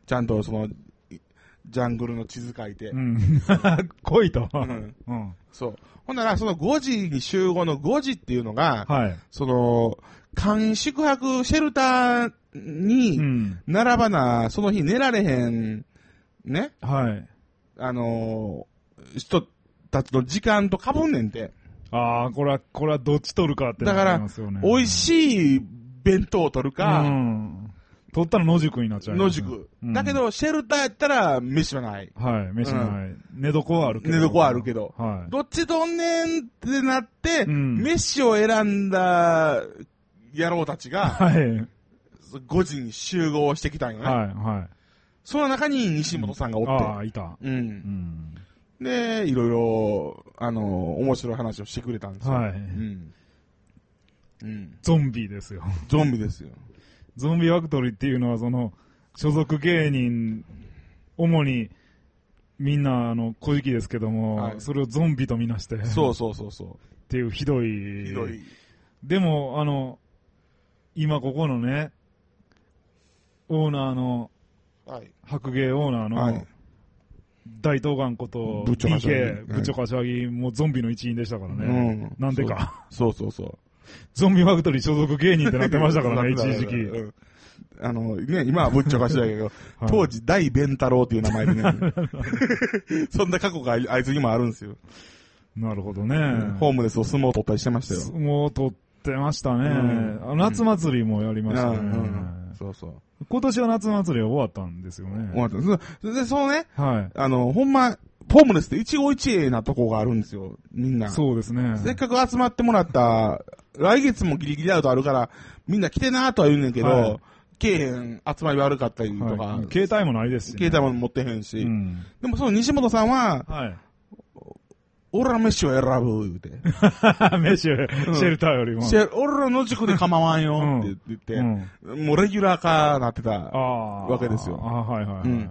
B: ちゃんとその、いジャングルの地図書いて。
A: <laughs> 来いと。
B: うん
A: うん。
B: そう。ほんなら、その5時に集合の5時っていうのが、
A: はい。
B: その、簡易宿泊シェルターに
A: うん。
B: 並ばな、その日寝られへん、ね、
A: はい。
B: あのー人たちの時間とかぶんねんて。
A: ああ、これは、これはどっち取るかって
B: だか
A: なり
B: ら
A: ますよね。、
B: 美味
A: い
B: しい弁当を取る
A: う
B: か、
A: ん。取ったら野宿になっちゃう。
B: 野宿。
A: うん
B: だけ、ど、シェルターやったら飯はない。
A: はい。飯ない。寝床はあるけど。
B: 寝床はあるけど
A: はい。
B: どっちとんねんってなって、
A: うん
B: 飯を選んだ野郎たちが、
A: はい。
B: 5時に集合してきたんよね。
A: はい、は
B: その中に西本さんがお
A: い。あ
B: っ
A: あ、いた。
B: て、うん
A: うん。
B: で、いろいろ、あの、面白い話をしてくれたんですよ。
A: はい
B: うん。うん。
A: ゾンビですよ。
B: ゾンビですよ。
A: ゾンビファクトリーっていうのは、その、所属芸人、主に、みんな、あの、小じきですけども、
B: はい
A: それをゾンビとみなして、
B: そうそうそうそ
A: っていうひど
B: う。
A: い。
B: ひどい。
A: でも、あの、今ここのね、オーナーの、
B: はい。
A: 白芸オーナーの、
B: はい。
A: 大東眼こと、
B: 部長柏木
A: BK、
B: はい
A: 部長柏木、もうゾンビの一員でしたから
B: う
A: ね。
B: ん。
A: なんでか。
B: そう。そうそうそう。
A: <laughs> ゾンビファクトリー所属芸人ってなってまし
B: <laughs>
A: たからね、
B: なってた
A: 一時期。
B: うんあの、ね、今はぶっちょかしだけど、
A: <laughs> はい
B: 当時、大弁太郎っていう名前でね、
A: <laughs>
B: そんな過去があいあいつにもあるんですよ。
A: なるほどね。
B: ホームレスを相撲取ったりしてましたよ。
A: もう撮ってましたね。
B: うん
A: あ夏祭りもやりましたね。
B: うんうんそうそう。
A: 今年は夏祭りは終わったんですよ
B: 終
A: ね。
B: わったそで、そのね、
A: は
B: あの、ほんま、ホームレスって一期一会なとこがあるんですよ、みん
A: い。
B: な。
A: そうですね。
B: せっかく集まってもらった、来月もギリギリアウトあるから、みんな来てなーとは言うねんけど、
A: はい
B: けえへん集まり悪かったりとか、
A: はい携帯もないですし、
B: 携帯も持ってへんし、
A: うん。
B: でもその西本さんは、
A: はい。
B: 俺ら飯を選ぶ、
A: <laughs>
B: 言うて。
A: メシュ、シェルターよりも。
B: シェル俺らの塾で構わんよ、って言って、
A: うん
B: もうレギュラー化なってた
A: あ。あ。
B: わけですよ
A: あはいはいは
B: う
A: い。
B: ん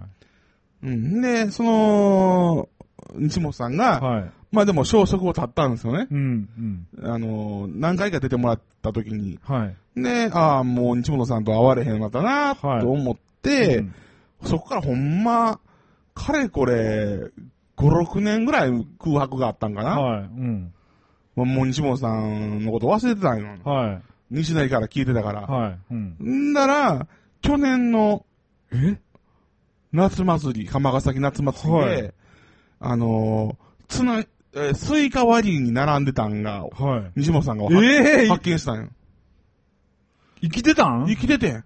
B: うん。で、その、西本さんが、
A: はい。
B: まあでも消息を絶ったんですよね。
A: うん、うん。
B: あのー何回か出てもらった時に、
A: はい。
B: ね、ああ、もう西本さんと会われへんわったな、と
A: はい
B: 思って、
A: うん
B: そこからほんま、かれこれ、5、6年ぐらい空白があったんかな。
A: はい。うん。
B: まあもう西本さんのこと忘れてたんよ。
A: はい。
B: 西成から聞いてたから。
A: はい。うん。
B: んだら、去年の
A: え
B: 夏祭り、釜ヶ崎夏祭りで、
A: はい
B: あのーつな、えースイカ割りに並んでたんが、
A: はい。
B: 西本さんが発
A: ええ
B: 発見したんよ。
A: 生きてたん
B: 生きててん。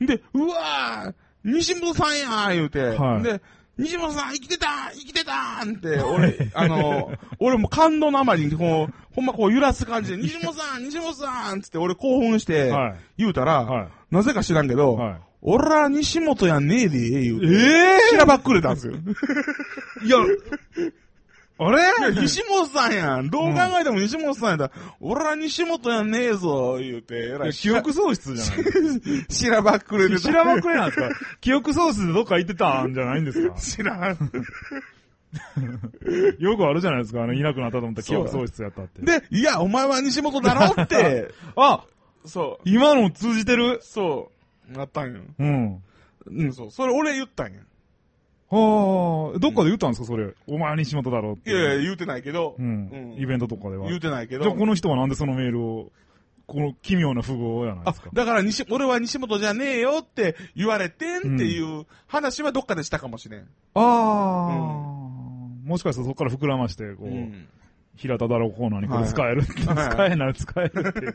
B: で、うわー、西本さんやー言うて、
A: はい
B: で、西本さん生きてたー生きてたーって、俺、あのー、 <laughs> 俺も感動のあまりに、こう、ほんまこう揺らす感
A: <laughs>
B: じで、西本さん西本さんつって俺興奮して、
A: はい。
B: 言うたら、
A: は
B: なぜか知らんけど、
A: い。はい。
B: 俺ら西本やねえでー言うて、
A: え
B: しらばっくれたんですよ。
A: え
B: <laughs>
A: いや、あ
B: いや、
A: れ
B: 西本さんやん。どう考えても西本さんやったら、俺ら西本やねえぞ、言うて、えらい。
A: 記憶喪失じゃない
B: しらばっくれてた。
A: 知らばっくれなんですか記憶喪失でどっか行ってたんじゃないんですか
B: <laughs> 知らん。
A: <laughs> よくあるじゃないですか。あの、いなくなったと思ったら記憶喪失やったって。
B: で、いや、お前は西本だろって、 <laughs>
A: あ
B: そう、
A: 今の通じてる
B: そう、なったんよ。
A: うん。
B: うん、そう、それ俺言ったんや。
A: はあ、どっかで言ったんですかそれ。お前西本だろって。
B: いやいや、言うてないけど、
A: う
B: うん
A: ん。イベントとかでは。
B: 言うてないけど
A: じゃあ、この人はなんでそのメールを、この奇妙な符号やないで
B: あ
A: すか、。
B: だから西、俺は西本じゃねえよって言われてんっていう話はどっかでしたかもしれん。
A: ああ、もしかしたらそこから膨らまして、こう、
B: うん
A: 平田だろうコーナーにこれ使える、
B: はい
A: 使えない、使えるっていう。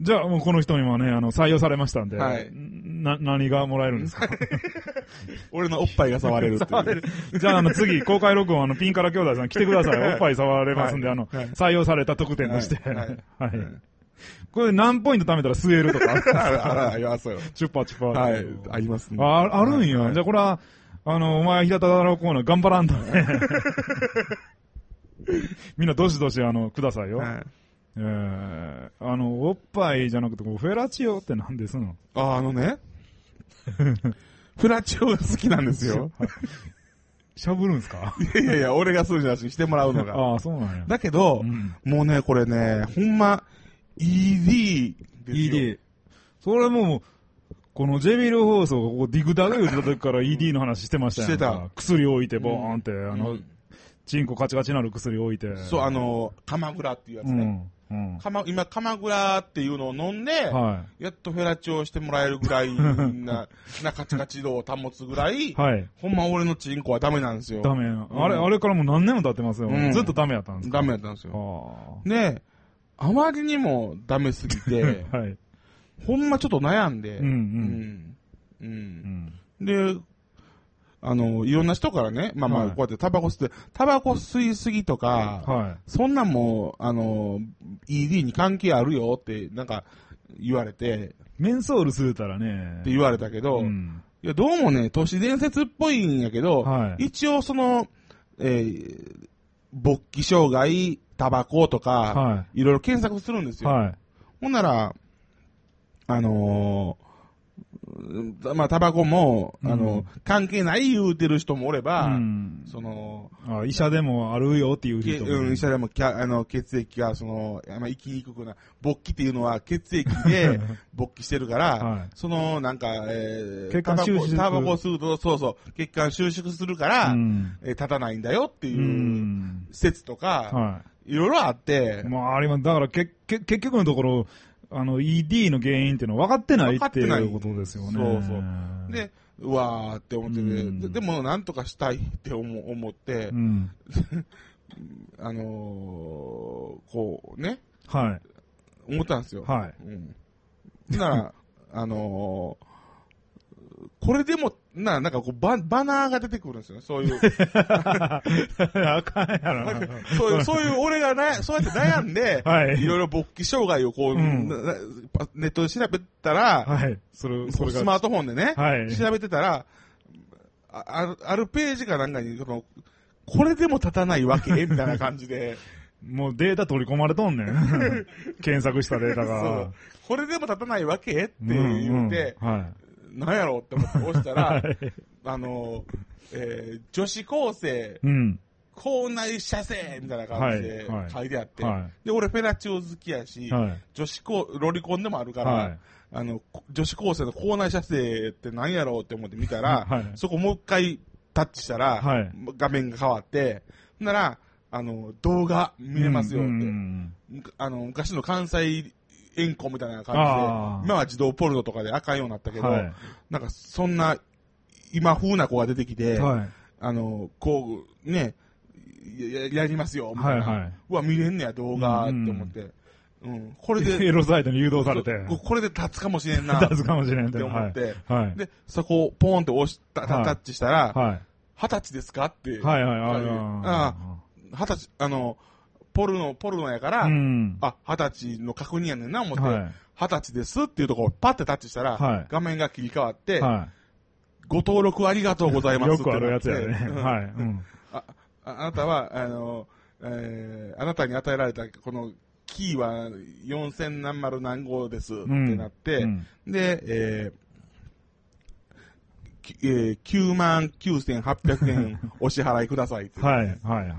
A: じゃあ、もうこの人にはね、あの、採用されましたんで、
B: はい
A: な、何がもらえるんですか
B: <laughs> 俺のおっぱいが触れるっていう。 <laughs>
A: 触れるじゃあ、あの、次、公開録音、あの、ピンから兄弟さん来てください。
B: <laughs>
A: おっぱい触れますんで、
B: はい
A: あの、
B: はい
A: 採用された特典として。
B: はいはい
A: はいこれ何ポイント貯めたら吸えると
B: <laughs>
A: か、
B: あら、あら、ありますよ。
A: チュッパチュッパ。
B: はい、ありますね。
A: あ、あるんや。
B: はい
A: じゃあこれは、あの、お前、平田だろうコーナー頑張らん
B: <laughs>
A: とね。みんなどしどし、あの、くださいよ。
B: はい
A: えー、あの、おっぱいじゃなくて、こうフェラチオって何ですの
B: <laughs> あ、あのね、フラチオが好きなんですよ。
A: しゃぶるんすか
B: いやいやいや、俺がするじゃなしにしてもらうのが。
A: ああ、そうなんや。
B: だけど
A: う、ん。
B: もうね、これね、ほんま、ED ですよ。
A: ED。それもう、このジェビル放送がここディグダグ言ってた時から ED の話してましたやんか
B: してた。
A: 薬置いて、ボーンって、
B: うん。
A: あの、チンコカチカチなる薬置いて。
B: そう、あ、の、鎌倉っていうやつ
A: う
B: ね。
A: ん。うん。
B: 鎌今、鎌倉っていうのを飲んで、
A: は
B: やっとフェラチオしてもらえるぐらい
A: <laughs>
B: な、なカチカチ度を保つぐらい
A: い。、はい。
B: ほんま俺のチンコはダメなんですよ。
A: ダメ。あれ、あれからもう何年も経ってますよ。
B: うん
A: ずっとダメやったんですか
B: ダメだったんです
A: あ
B: よ。
A: あ。
B: ねあまりにもダメすぎ
A: <laughs>
B: て、
A: はい。
B: ほんまちょっと悩んで、
A: うん
B: うん。う。
A: うんん。
B: で、あの、いろんな人からね、まあま
A: は
B: あ、
A: い
B: こうやってタバコ吸って、タバコ吸いすぎとか、
A: は
B: そんなんもう、あの、ED に関係あるよって、なんか、言われて、
A: い。メンソール吸うたらね。
B: って言われたけど、
A: うん。
B: いや、どうもね、都市伝説っぽいんやけど、
A: はい
B: 一応その、えー、勃起障害、タバコとか、、
A: はい
B: ろいろ検索するんです
A: い。
B: よ。
A: はい。
B: ほんなら、あのーうんまあ、タバコも、あの関係ない言うてる人もおれば、
A: うん。
B: その、
A: あ医者でもあるよっていう
B: け
A: 人も。
B: うん、医者でもきゃあの血液が、その、あんま生きにくくな、勃起っていうのは血液で
A: <laughs>
B: 勃起してるから、
A: はい
B: その、なんか、えー、
A: 血管収縮
B: タバコタバコ吸うと、そうそう、血管収縮するから、
A: うん。
B: えー立たないんだよって
A: う
B: いう、
A: ん。
B: 説とか、
A: はい
B: ろいろあって
A: い。、まあ、あれは、だから、け、け、結局のところ、あの、ED の原因っていうのは分かってない
B: 分かっ
A: って
B: てない
A: いうことですよね。
B: そうそう。で、うわーって思ってて、
A: うん
B: ででもなんとかしたいって思思って、
A: うん。
B: あのー、こうね、
A: はい。
B: 思ったんですよ。 <laughs>
A: はい。
B: うん。なら、 <laughs> あのー、これでも、な、なんかこうバ、バナーが出てくるんですよね。そう
A: <laughs>
B: いう、
A: あかんやろな。
B: そういう、そういう、俺がな、そうやって悩んで、
A: はい
B: いろいろ勃起障害をこう、
A: うん
B: ななネットで調べたら、
A: はい。それ、それ
B: ス
A: が。
B: マートフォンでね、
A: はい。
B: 調べてたら、ああるあるページかなんかに、その、これでも立たないわけみたいな感じ
A: <laughs>
B: で、
A: もうデータ取り込まれと
B: <laughs>
A: んねん。検索したデータ
B: そ
A: が。
B: うこれでも立たないわけって言って、
A: うんうんはい。
B: なんやろって思って押したら、
A: はい
B: あの、えー女子高生、
A: うん。
B: 校内射精みたいな感じで
A: はいはい
B: 書いてあって、
A: は
B: で、俺フェラチオ好きやし、
A: い。はい。
B: 女子高、ロリコンでもあるから、
A: はい
B: あの、こ女子高生の校内射精って何やろうって思って見たら、
A: <laughs> はい
B: そこもう一回タッチしたら、
A: はい
B: 画面が変わって、なら、あの、動画見れますよって、
A: うんうんうん
B: むかあの、昔の関西円行みたいな感じで
A: あ、ー
B: 今は自動ポルノとかであかんようになったけど、
A: は
B: なんかそんな、今風な子が出てきて、
A: い。はい。
B: あの、こう、ね、やややりますよ、みたいな。
A: はいはいう
B: わ、見れんねや、動画って思って。うん、これ
A: <laughs>
B: で、
A: エロサイトに誘導されて。
B: ここれで立つかもしれんな。
A: <laughs> 出すかもしれんっ
B: って思って
A: はい。はい
B: で、そこをポーンと押した、
A: はい
B: タッチしたら、
A: はい。
B: 二十歳ですかって。
A: はいはい、ある
B: あ二十歳、あの、ポルノ、ポルノやから、
A: うん。
B: あ、二十歳の確認やねんな、思って、
A: は
B: 二十歳ですっていうところをパッてタッチしたら、
A: はい
B: 画面が切り替わって、
A: い。は
B: ご登録ありがとうござい
A: い。
B: ます
A: よ
B: って
A: く
B: な
A: あ
B: って。
A: るやつやね。
B: うん
A: はい。うん。
B: あああなたは、あの、えーあなたに与えられたこのキーは4000何丸何号ですって
A: うん
B: なって、
A: うん
B: で、えーきえー、9万9800円
A: <laughs>
B: お支払いくださいって。
A: はい、はい、はい。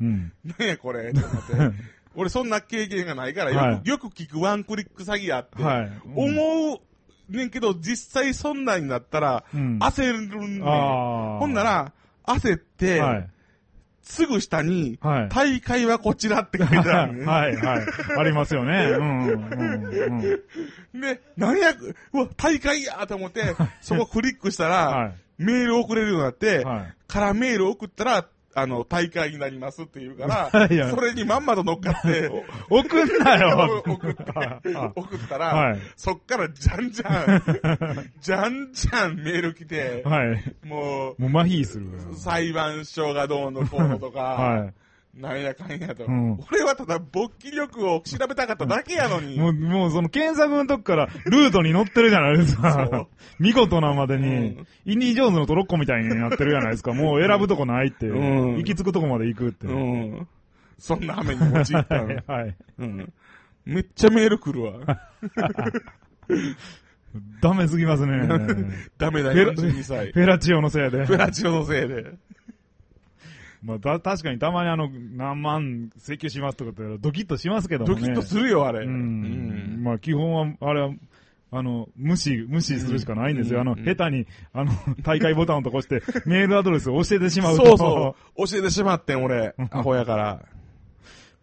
A: うん。
B: 何やこれって思
A: <laughs>
B: って。俺そんな経験がないからよく、
A: はい
B: よく聞くワンクリック詐欺やって、
A: はい。
B: 思うねんけど実際そんなんになったら
A: うん
B: 焦るんねん、
A: あー
B: ほんなら焦って、
A: はい。
B: すぐ下に、
A: はい
B: 大会はこちらって書いてある、ね。
A: <laughs> はい、はい。ありますよね。うん、うん、うん。
B: で、なんや、うわ、大会やと思って、そこクリックしたら、
A: はい
B: メール送れるようになって、
A: はい
B: からメール送ったら、あの、大会になりますって言うから、
A: いや
B: それにまんまと乗っか
A: <laughs>
B: って、
A: 送んな
B: <laughs>
A: よ
B: 送って
A: あ、
B: 送ったら、
A: はい
B: そっからじゃんじゃ
A: <laughs>
B: ん、じゃんじゃんメール来て、
A: はい。
B: もう、
A: もう麻痺する。
B: 裁判所がどうのこうのとか、
A: <laughs> は
B: なんやかんやと。
A: うん
B: 俺はただ勃起力を調べたかっただけやの
A: い。
B: に。
A: もう、もうその検索のとこからルートに乗ってるじゃないです
B: そ
A: か
B: う。
A: 見事なまで
B: う
A: に
B: ん、
A: インディ・ジョーンズのトロッコみたいになってるじゃないですか。もう選ぶとこないって。
B: うん
A: 行き着くとこまで行くって。
B: うん。そんな雨に陥った
A: は
B: の
A: い。はい。
B: うん。めっちゃメール来るわ。
A: ダメすぎますね。
B: ダメだ
A: フェ
B: よ、
A: ラ
B: 12歳。
A: フェラチオのせいで。
B: フェラチオのせいで。
A: まあ、た確かにたまにあの、何万請求しますとかって言ったらドキッとしますけど
B: ド
A: もね。
B: キッとするよ、あれ。
A: う
B: うん
A: ん。まあ、基本は、あれは、あの、無視、無視するしかないんです
B: うん
A: よ。あの、
B: うん
A: 下手に、あの、大会ボタンをと
B: <laughs>
A: こして、メールアドレスを教えてしまうと。
B: そうそう。教えてしまってん、俺。アホやから。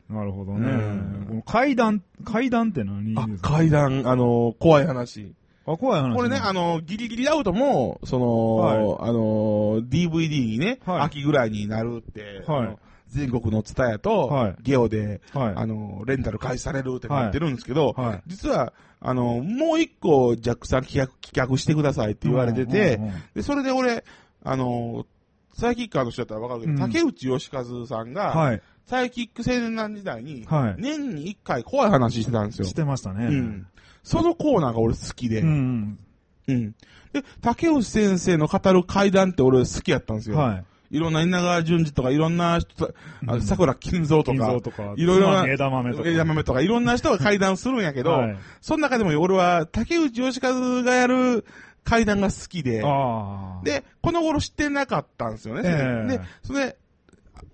A: なるほど
B: うん
A: ね。この階段、階段って何
B: あ
A: で、すか
B: 階段、あの、怖い話。
A: あ、怖い話。
B: これね、あの、ギリギリアウトも、その、
A: は
B: あの、DVD ね、
A: はい
B: 秋ぐらいになるって、
A: はい
B: あの全国のツタヤと、
A: はい
B: ゲオで、
A: はい。
B: あの、レンタル開始されるってなってるんですけど、
A: はい。
B: 実は、あの、もう一個、ジャックさん企画、企画してくださいって言われてて、
A: うんうんうん
B: で、それで俺、あの、サイキッカーの人だったらわかるけど、
A: うん
B: 竹内義和さんが、
A: はい。
B: サイキック青年団時代に、
A: はい。
B: 年に一回怖い話してたんですよ
A: し。てましたね。
B: うん。そのコーナーが俺好きで、
A: うんうん。
B: うん。で、竹内先生の語る怪談って俺好きやったんですよ。
A: はい。
B: い。ろんな稲川淳二とか、いろんな人た、あ
A: う
B: の
A: ん
B: 桜金蔵と
A: 金
B: か
A: 蔵、とか、
B: いろいろな
A: つまみ枝豆とか。
B: 枝豆とか、いろんな人が怪談するんやけど、
A: はい
B: その中でも俺は竹内義和がやる怪談が好きで、
A: ああ。、
B: で、この頃知ってなかったんですよね。
A: ええ
B: で、それで、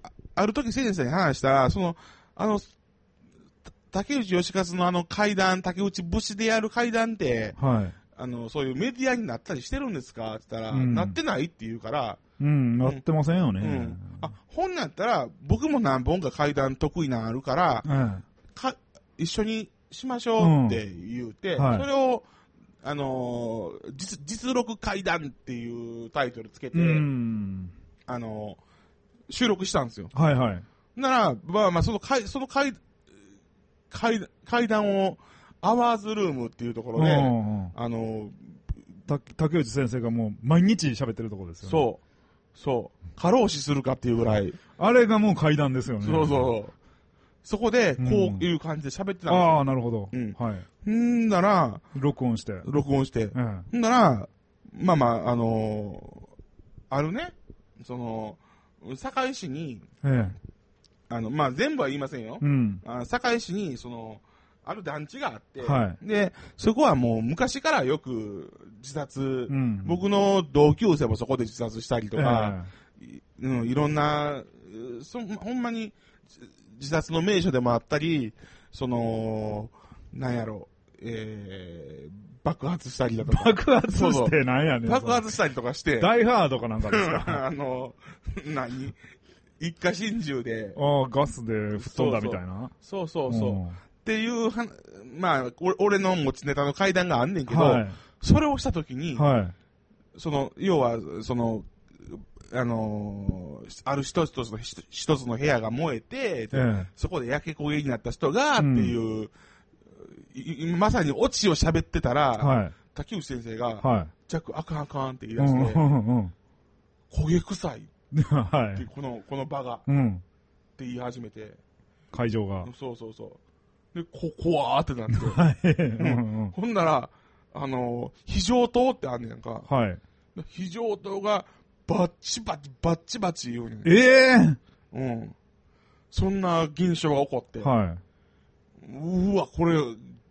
B: あある時先生に話したら、その、あの、た竹内義和のあの怪談、竹内節でやる怪談って、
A: はい。
B: あの、そういうメディアになったりしてるんですかって言ったら、
A: うん
B: なってないって言うから、
A: うん、なってませんよ
B: う
A: ね。
B: ん。あ、本なんやったら、僕も何本か階段得意なんあるから、
A: うん。
B: か、一緒にしましょうって言うて、
A: うんはい
B: それを、あのー実、実録階段っていうタイトルつけて、
A: うん。
B: あのー収録したんですよ。
A: はいはい。
B: なら、まあまあ、その階、その階、階、階段を、アワーズルームっていうところで、
A: うんうん
B: あのー
A: た竹内先生がもう毎日喋ってるとこですよね。
B: そう、そう、過労死するかっていうぐらい、
A: あれがもう階段ですよね。
B: そうそう。そこで、
A: うん
B: こういう感じで喋ってたん
A: あ
B: で
A: あ、なるほど。
B: うん
A: はい。
B: すよ。んだら、
A: 録音して。
B: 録音して。
A: うん。
B: んだら、まあまあ、あのーあるね、その、堺市に、
A: ええ。
B: あの、まあ全部は言いませんよ。
A: うん。
B: あ堺市に、その、ある団地があって、
A: は
B: で、そこはもう昔からよく自殺、
A: うん。
B: 僕の同級生もそこで自殺したりと
A: と
B: か、、いうん、いろんな、うそほんまにじ自殺の名所でもあったり、その、なんやろ、えー、爆発したりだとか、
A: 爆発
B: そうそ
A: し
B: う
A: てなんやねん。
B: 爆発したりとかして、
A: ダイハードかなんかです
B: <laughs>
A: か。
B: あの、何一家心中で、
A: ああ、ガスで吹っ飛んだみたいな。
B: そうそうそう。
A: ん
B: っていうは、まあ、俺俺の持ちネタの階段があんねんけど、
A: は
B: それをしたとき
A: い。
B: に、
A: はい。
B: その、要は、その、あのーある一つとの一つ一つの部屋が燃えて、
A: ええ
B: そこで焼け焦げになった人が、って
A: うん
B: いう、いいまさにオチを喋ってたら、
A: はい。
B: 竹内先生が、
A: は
B: ジャック、あかんあかんって言い
A: い。
B: 出して、
A: うんうん
B: 焦げ臭いっ
A: うん。 <laughs> は
B: て、
A: い。
B: この、この場がっ
A: うん。
B: て言い始めて、
A: 会場が。
B: そうそうそう。で、こ、怖ーってなって、
A: はい。うんうん。
B: ほんなら、あのー非常灯ってあんねやんか、
A: はい。
B: 非常灯が、バッチバチ、バッチバチ言うねん。
A: ええ
B: うん。そんな現象が起こって、
A: は
B: うわ、これ、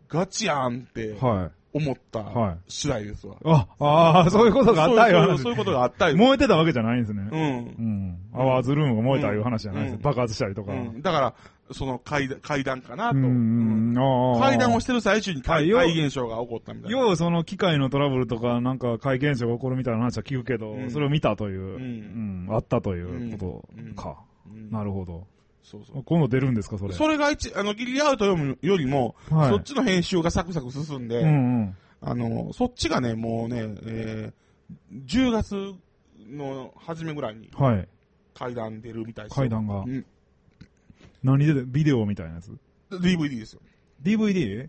B: ガチやんって
A: い。は
B: 思っ
A: い。
B: た
A: はい。
B: 次第ですわ。
A: あ、ああ、そういうことがあったよ。
B: そういうそういうことがあったよ。
A: 燃えてたわけじゃないんですね。
B: うん
A: う。ん。アワーズルームが燃えたいう話じゃないです
B: う
A: ね。
B: ん
A: 爆発したりとか。
B: うん、だから、その階段階段かなと。
A: うんうんうんああ
B: 階段をしてる最中に怪
A: はい
B: 怪現象が起こったみたいな。
A: 要はその機械のトラブルとか、なんか怪現象が起こるみたいな話は聞くけど、
B: うん
A: それを見たという、
B: う
A: うんん、あったというこ
B: うん
A: とか。
B: うん
A: なるほど。
B: そうそう。
A: 今度出るんですか、それ。
B: それが一、あの、ギリアウトよりもよりも、
A: はい
B: そっちの編集がサクサク進んで、
A: うんうん。
B: あの、そっちがね、もうね、えー、10月の初めぐらいに
A: はい。
B: 階段出るみたいですよ
A: 階段が
B: う。ん
A: 何で、ビデオみたいなやつ
B: DVD ですよ。
A: ?DVD?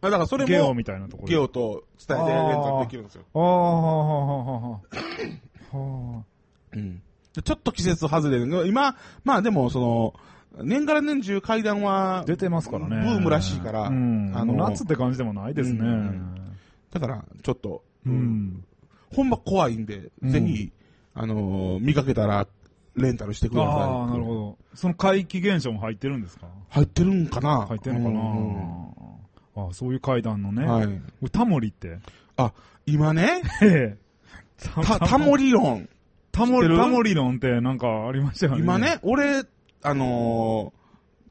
B: あだからそれも、
A: ゲオみたいなところで
B: ゲオと伝えてレンタルできるんですよ。
A: ああ、はあはあはあはあ。は
B: うん。でちょっと季節外れるけど、今、まあでも、その、年から年中階段は
A: あ。、出てますからね。
B: ブームらしいから
A: うん。
B: あ
A: あ
B: の
A: の、夏って感じでもないですね。
B: う
A: うんん。
B: だから、ちょっと、ほんま怖いんで、
A: うん
B: ぜひ、あのー見かけたら、レンタルしてください。
A: ああ、なるほど。その怪奇現象も入ってるんですか
B: 入ってるんかな
A: 入ってるのか
B: うん
A: なああ、そういう階段のね。
B: はい。 <laughs>
A: タモリって。 <laughs>
B: 今ね、
A: へえ。
B: た、タモリ論。
A: タモ
B: 知って
A: リ、
B: る
A: タモリ論ってなんかありましたよね。
B: 今。ね、俺、あの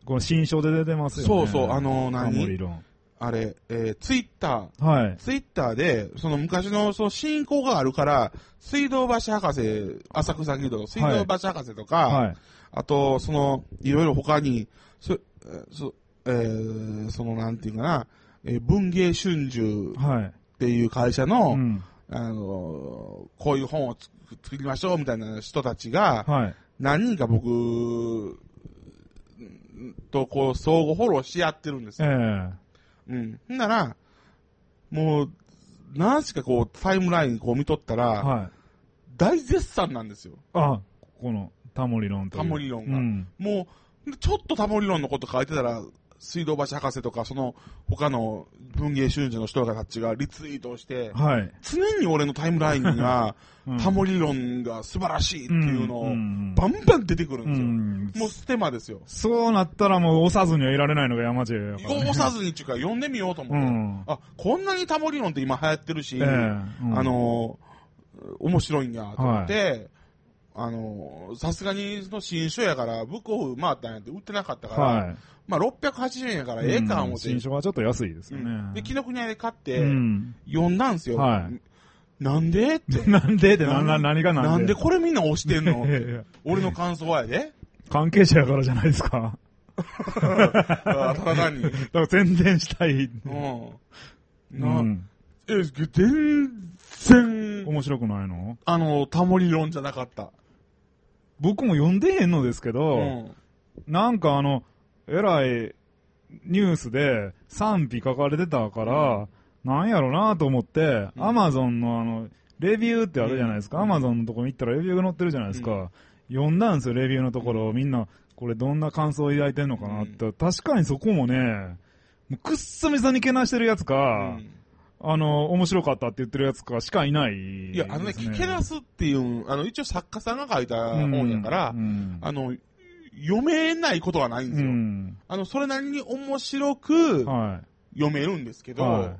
A: この新書で出てます
B: ー、
A: よね。
B: そうそう、あのー、
A: タモ
B: 何
A: リ論。
B: あれ、えー、ツイッタ
A: はい
B: ー、。ツイッターで、その昔の、その信仰があるから、水道橋博士、浅草牛とか、水道橋博士とか、
A: はい。
B: あと、その、いろいろ他に、そ、えーそ、えーその、なんていうかな、えー文芸春秋
A: はい。
B: っていう会社の、
A: うん。
B: あのーこういう本をつ作りましょうみたいな人たちが、
A: はい。
B: 何人か僕うんとこう相互フォローし合ってるんです
A: ええ
B: よ。うん。ほんなら、もう、何しかこうタイムラインこう見とったら、
A: はい。
B: 大絶賛なんですよ。
A: あ、このタモリ論とい
B: タ
A: う。
B: モリ論
A: う
B: が
A: ん。
B: もう、ちょっとタモリ論のこと書いてたら、水道橋博士とか、その他の文芸春秋の人たちがリツイートして、
A: はい。
B: 常に俺のタイムラインには、
A: <laughs> うん
B: タモリ論が素晴らしいっていうのを
A: ん、ん
B: バンバン出てくる
A: うんん
B: ですよ。もうステマですよ。
A: そうなったらもう押さずにはいられないのが山地やからね。
B: 汚さずにっていうか、読んでみようと思
A: う
B: って。
A: ん。
B: あ、こんなにタモリ論って今流行ってるし、
A: ええうん
B: あのー、面白いんやと思って、あのー、さすがにその新書やから、ブックオフ回ったんやって売ってなかったから、
A: は
B: まあ680円やから
A: い。
B: ええか思
A: う
B: っ
A: ん
B: て、
A: 新書はちょっと安いですよ
B: うん
A: ね。
B: で、紀ノ国屋で買って、
A: うん。
B: 読んだんすよ。
A: は
B: なんでって。
A: <laughs> なんでって、な、な、何がな
B: なん
A: んで
B: でこれみんな押してん
A: <laughs>
B: の
A: いやいや
B: 俺の感想はやで。
A: 関係者やからじゃないですか。
B: あただ単に。う
A: だから宣伝したい。
B: ん。な、
A: うん
B: え、全然、
A: 面白くないの
B: あの、タモリ論じゃなかった。
A: 僕も読んでへんのですけど、
B: うん。
A: なんかあの、えらいニュースで賛否書かれてたから、なんやろなと思って、
B: うん
A: アマゾンのあの、レビューってあるじゃないですか。
B: うん
A: アマゾンのとこ見たらレビューが載ってるじゃないですか。
B: う
A: 読んだんですよ、レビューのところ。みんな、これどんな感想を抱いてんのかなって。確かにそこもね、もうくっそみそにけなしてるやつか
B: う、ん
A: あの、面白かったって言ってるやつかしかいない、
B: いや、あのね、聞け出すっていう、あの、一応作家さんが書いた本やから、
A: うん
B: あの、読めないことはないんです
A: う
B: よ。
A: ん。
B: あの、それなりに面白く
A: は
B: 読めるんですけ
A: い。
B: ど、
A: は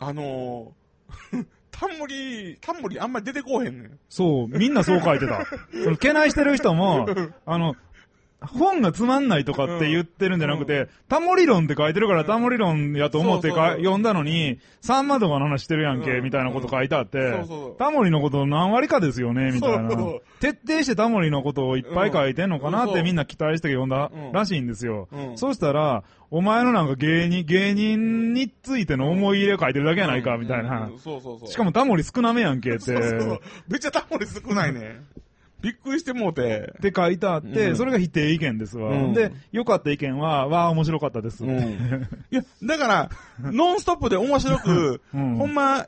B: あの <laughs> ータモリ、タモリあんまり出てこうへんねん
A: い。。そう、みんなそう書いて
B: <laughs>
A: た。その、けないしてる人も、あの、本がつまんないとかって言ってるんじゃなくて、タモリ論って書いてるからタモリ論やと思って
B: そう
A: か
B: そうそう
A: 読んだのに、サンマとかの話してるやんけ、
B: うん
A: みたいなこと書いてあっ
B: そ
A: て
B: うそう、
A: タモリのこと何割かですよね、みたいな
B: そう。
A: 徹底してタモリのことをいっぱい書いてんのかな
B: うん
A: っ
B: そ
A: て
B: う
A: みんな期待して読んだ
B: うん
A: らしいんですよ。
B: うん
A: そうしたら、お前のなんか芸人、芸人についての思い入れ書いてるだけやないか、みたいな
B: うん。そうそうそう。
A: しかもタモリ少なめやんけって。
B: そうそう。めっちゃタモリ少ないね。びっくりしてもうて
A: っ。て書いてあって、
B: うん
A: それが否定意見ですわ。
B: うん
A: で、良かった意見は、わあ、面白かったです。
B: いや、だから、ノンストップで面白く、
A: うん
B: ほんま、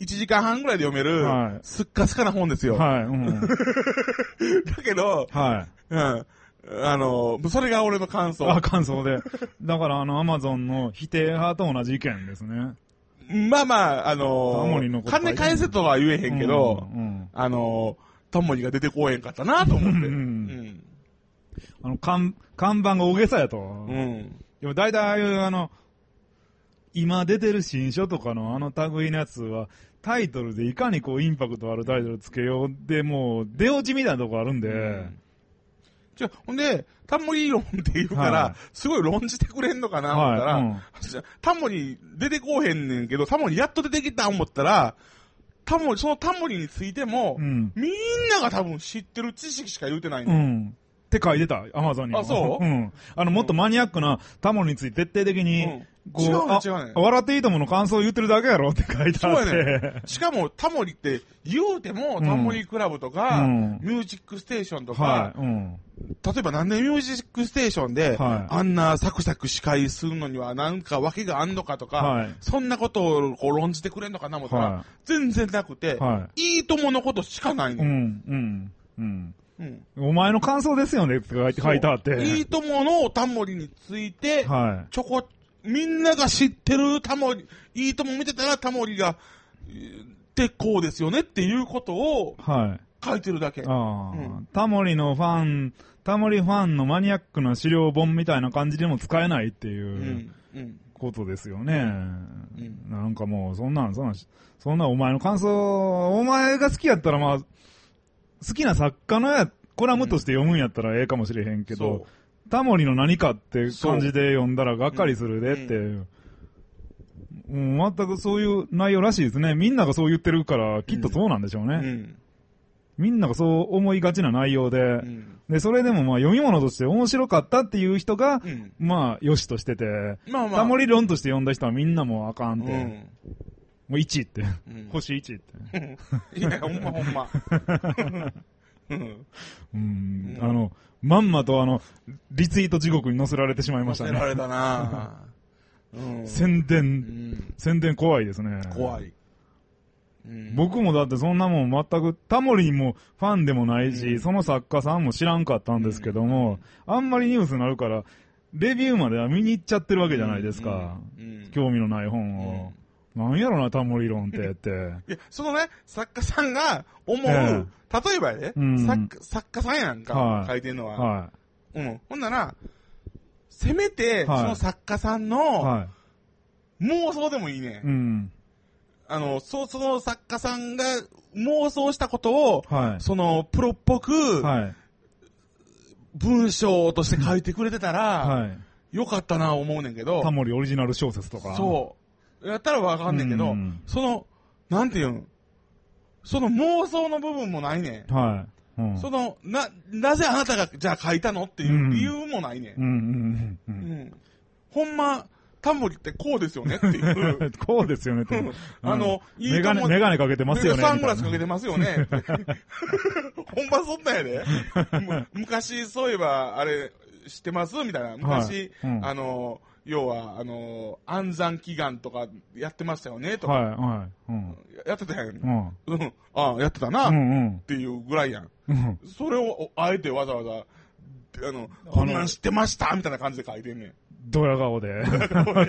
B: 1時間半ぐらいで読める、
A: はい
B: すっかすかな本ですよ。
A: はい、
B: <laughs>
A: うん。
B: だけど、
A: はい。
B: うん。あの、それが俺の感想。
A: あ、感想で。だから、あの、アマゾンの否定派と同じ意見ですね。
B: まあまあ、あの
A: タモリのこと書いて
B: 金
A: る
B: 返せとは言えへんけど、
A: うんうん
B: あのタモリが出てこうへんかったなと思って。
A: う
B: うんん。
A: あの、看、看板が大げさやと。
B: うん。
A: でも、大体、ああいう、あの、今出てる新書とかのあの類のやつは、タイトルでいかにこう、インパクトあるタイトルつけようで、もう、出落ちみたいなとこあるんで、
B: じゃ、ほんで、タモリ論って言うから、
A: はい
B: すごい論じてくれんのかな思ったら、
A: はいうん
B: じゃタモリ出てこうへんねんけど、タモリやっと出てきた思ったら、タモリ、そのタモリについても、
A: うん
B: みんなが多分知ってる知識しか言うてないの、
A: うん。って書いてた、アマゾンには。
B: あそうん
A: あの、もっとマニアックなタモリについて徹底的に、
B: うん
A: こ
B: 違うね
A: あ
B: 違うね
A: 笑っていいともの感想を言ってるだけやろって書いて
B: そう
A: あっ
B: や
A: て。
B: ねん。
A: <laughs>
B: しかも、タモリって、言うても、
A: うん
B: タモリクラブとか、
A: うん
B: ミュージックステーションとか、
A: はい。うん。
B: 例えばなんでミュージックステーションで、
A: はい
B: あんなサクサク司会するのにはなんか訳があんのかとか、
A: はい
B: そんなことをこう論じてくれんのかな思ったら、
A: はい
B: 全然なくて、、
A: はい
B: いとものことしかない
A: い。う
B: の。
A: ん、うん、うん。
B: うん
A: お前の感想ですよねって書いて書いてあって。
B: いいとものタモリについて、
A: は
B: ちょこ、みんなが知ってるタモリ、いいとも見てたらタモリが、えーってこうですよねっていうことを
A: い。はい。
B: 書いてるだけ。
A: ああ、
B: うん。
A: タモリのファン、タモリファンのマニアックな資料本みたいな感じでも使えないっていううん
B: うん。
A: ことですよね。
B: ん
A: なんかもう、そんなん、そんなん、そんなお前の感想、お前が好きやったらまあ、好きな作家のや、コラムとして読むんやったらええかもしれへんけど
B: そ、
A: タモリの何かって感じで読んだらがっかりするでって。うん、全くそういう内容らしいですね。みんながそう言ってるから、きっとそうなんでしょうね。
B: う。うん。
A: みんながそう思いがちな内容で、
B: うん
A: で、それでもまあ読み物として面白かったっていう人が、
B: うん
A: まあ、良しとしてて、
B: まあまあ。
A: タモリ論として読んだ人はみんなもうあかん
B: う
A: って、も
B: ん。
A: う1って、
B: うん
A: 星1って。
B: <laughs> いや、ほんまほんま。うん。
A: うん、
B: うん
A: あの、まんまとあの、リツイート地獄に載せられてしまいました
B: 忘
A: <laughs>
B: れら
A: ね。
B: れたなうん。
A: 宣
B: う
A: 伝、
B: ん。
A: 宣伝怖いですね。
B: 怖
A: い。
B: い。うん
A: 僕もだってそんなもん全く、タモリもファンでもないし、
B: うん
A: その作家さんも知らんかったんですけども、あんまりニュースになるから、レビューまでは見に行っちゃってるわけじゃないですか。
B: うん。うん
A: 興味のない本を。なんやろな、タモリ論ってって。
B: いや、そのね、作家さんが思う、
A: ええ
B: 例えばやで、
A: うん
B: 作家作家さんやんか、
A: はい
B: 書いてんのは、
A: は
B: うん。ほんなら、せめて、
A: はい
B: その作家さん
A: い。
B: の、
A: は
B: 妄想でもいいね
A: い。。うん。
B: あの、そう、その作家さんが妄想したことを、
A: は
B: その、プロっぽ
A: い。
B: く、
A: はい。
B: 文章として書いてくれてたら、
A: はい。
B: よかったな思うねんけど
A: タ、モリオリジナル小説とか。
B: そう。やったらわかんねんけ
A: う
B: ど
A: ん、
B: その、なんていうん、その妄想の部分もないね。
A: う。はい。うんん。
B: その、な、なぜあなたが、じゃあ書いたのっていう理由もないね。
A: うんうんうんん
B: うん。ほんま、タモリってこうですよねっていう
A: う。ん。こうですよねって。うん
B: あの、いい
A: メガ
B: と
A: ネ、
B: も
A: メガネかけてますよね。
B: サングラスかけ
A: て。
B: て <laughs> ますよね。ほんまそんなんやで。む昔、そういえば、あれ、知ってますみたいな。昔、
A: はいうん
B: あの、要は、あの、安産祈願とかやってましたよねとか、
A: はい、はい。うん。
B: ややってたやん
A: う。ん。
B: うん。ああ、やってたな、
A: う
B: っ
A: ん
B: ていうぐらいやん。
A: うん。
B: それを、おあえてわざわざ、あの、こんなん知ってましたみたいな感じで書いてんねん。
A: ドヤ顔で。 <laughs>
B: ちゃう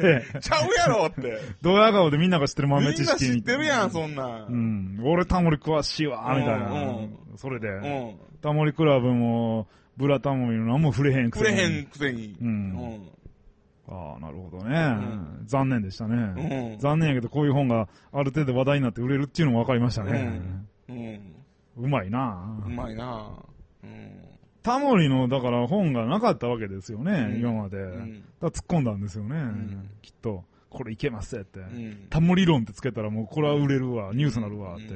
B: やろって。
A: ドヤ顔でみんなが知ってる
B: みんな
A: 豆知識。
B: 知ってるやん、そんな。
A: うんん。俺タモリ詳しいわ、みたいな
B: うん。
A: それで。
B: うん。
A: タモリクラブも、ブラタモリの何も触れへんく
B: く
A: せ
B: れ
A: に。
B: へんくせに。
A: うん
B: うん
A: ああ、なるほどね、
B: ん
A: 残念でしたね、
B: うん
A: 残念やけど、こういう本がある程度話題になって売れるっていうのも分かりましたね。
B: うん。
A: うまいな
B: うまいなうん。
A: タモリの、だから本がなかったわけですよね、
B: うん
A: 今まで。
B: ん
A: だから突っ込んだんですよね、
B: ん
A: きっと。これいけますって。
B: うん。
A: タモリ論ってつけたらもうこれは売れるわ、ニュースなるわって。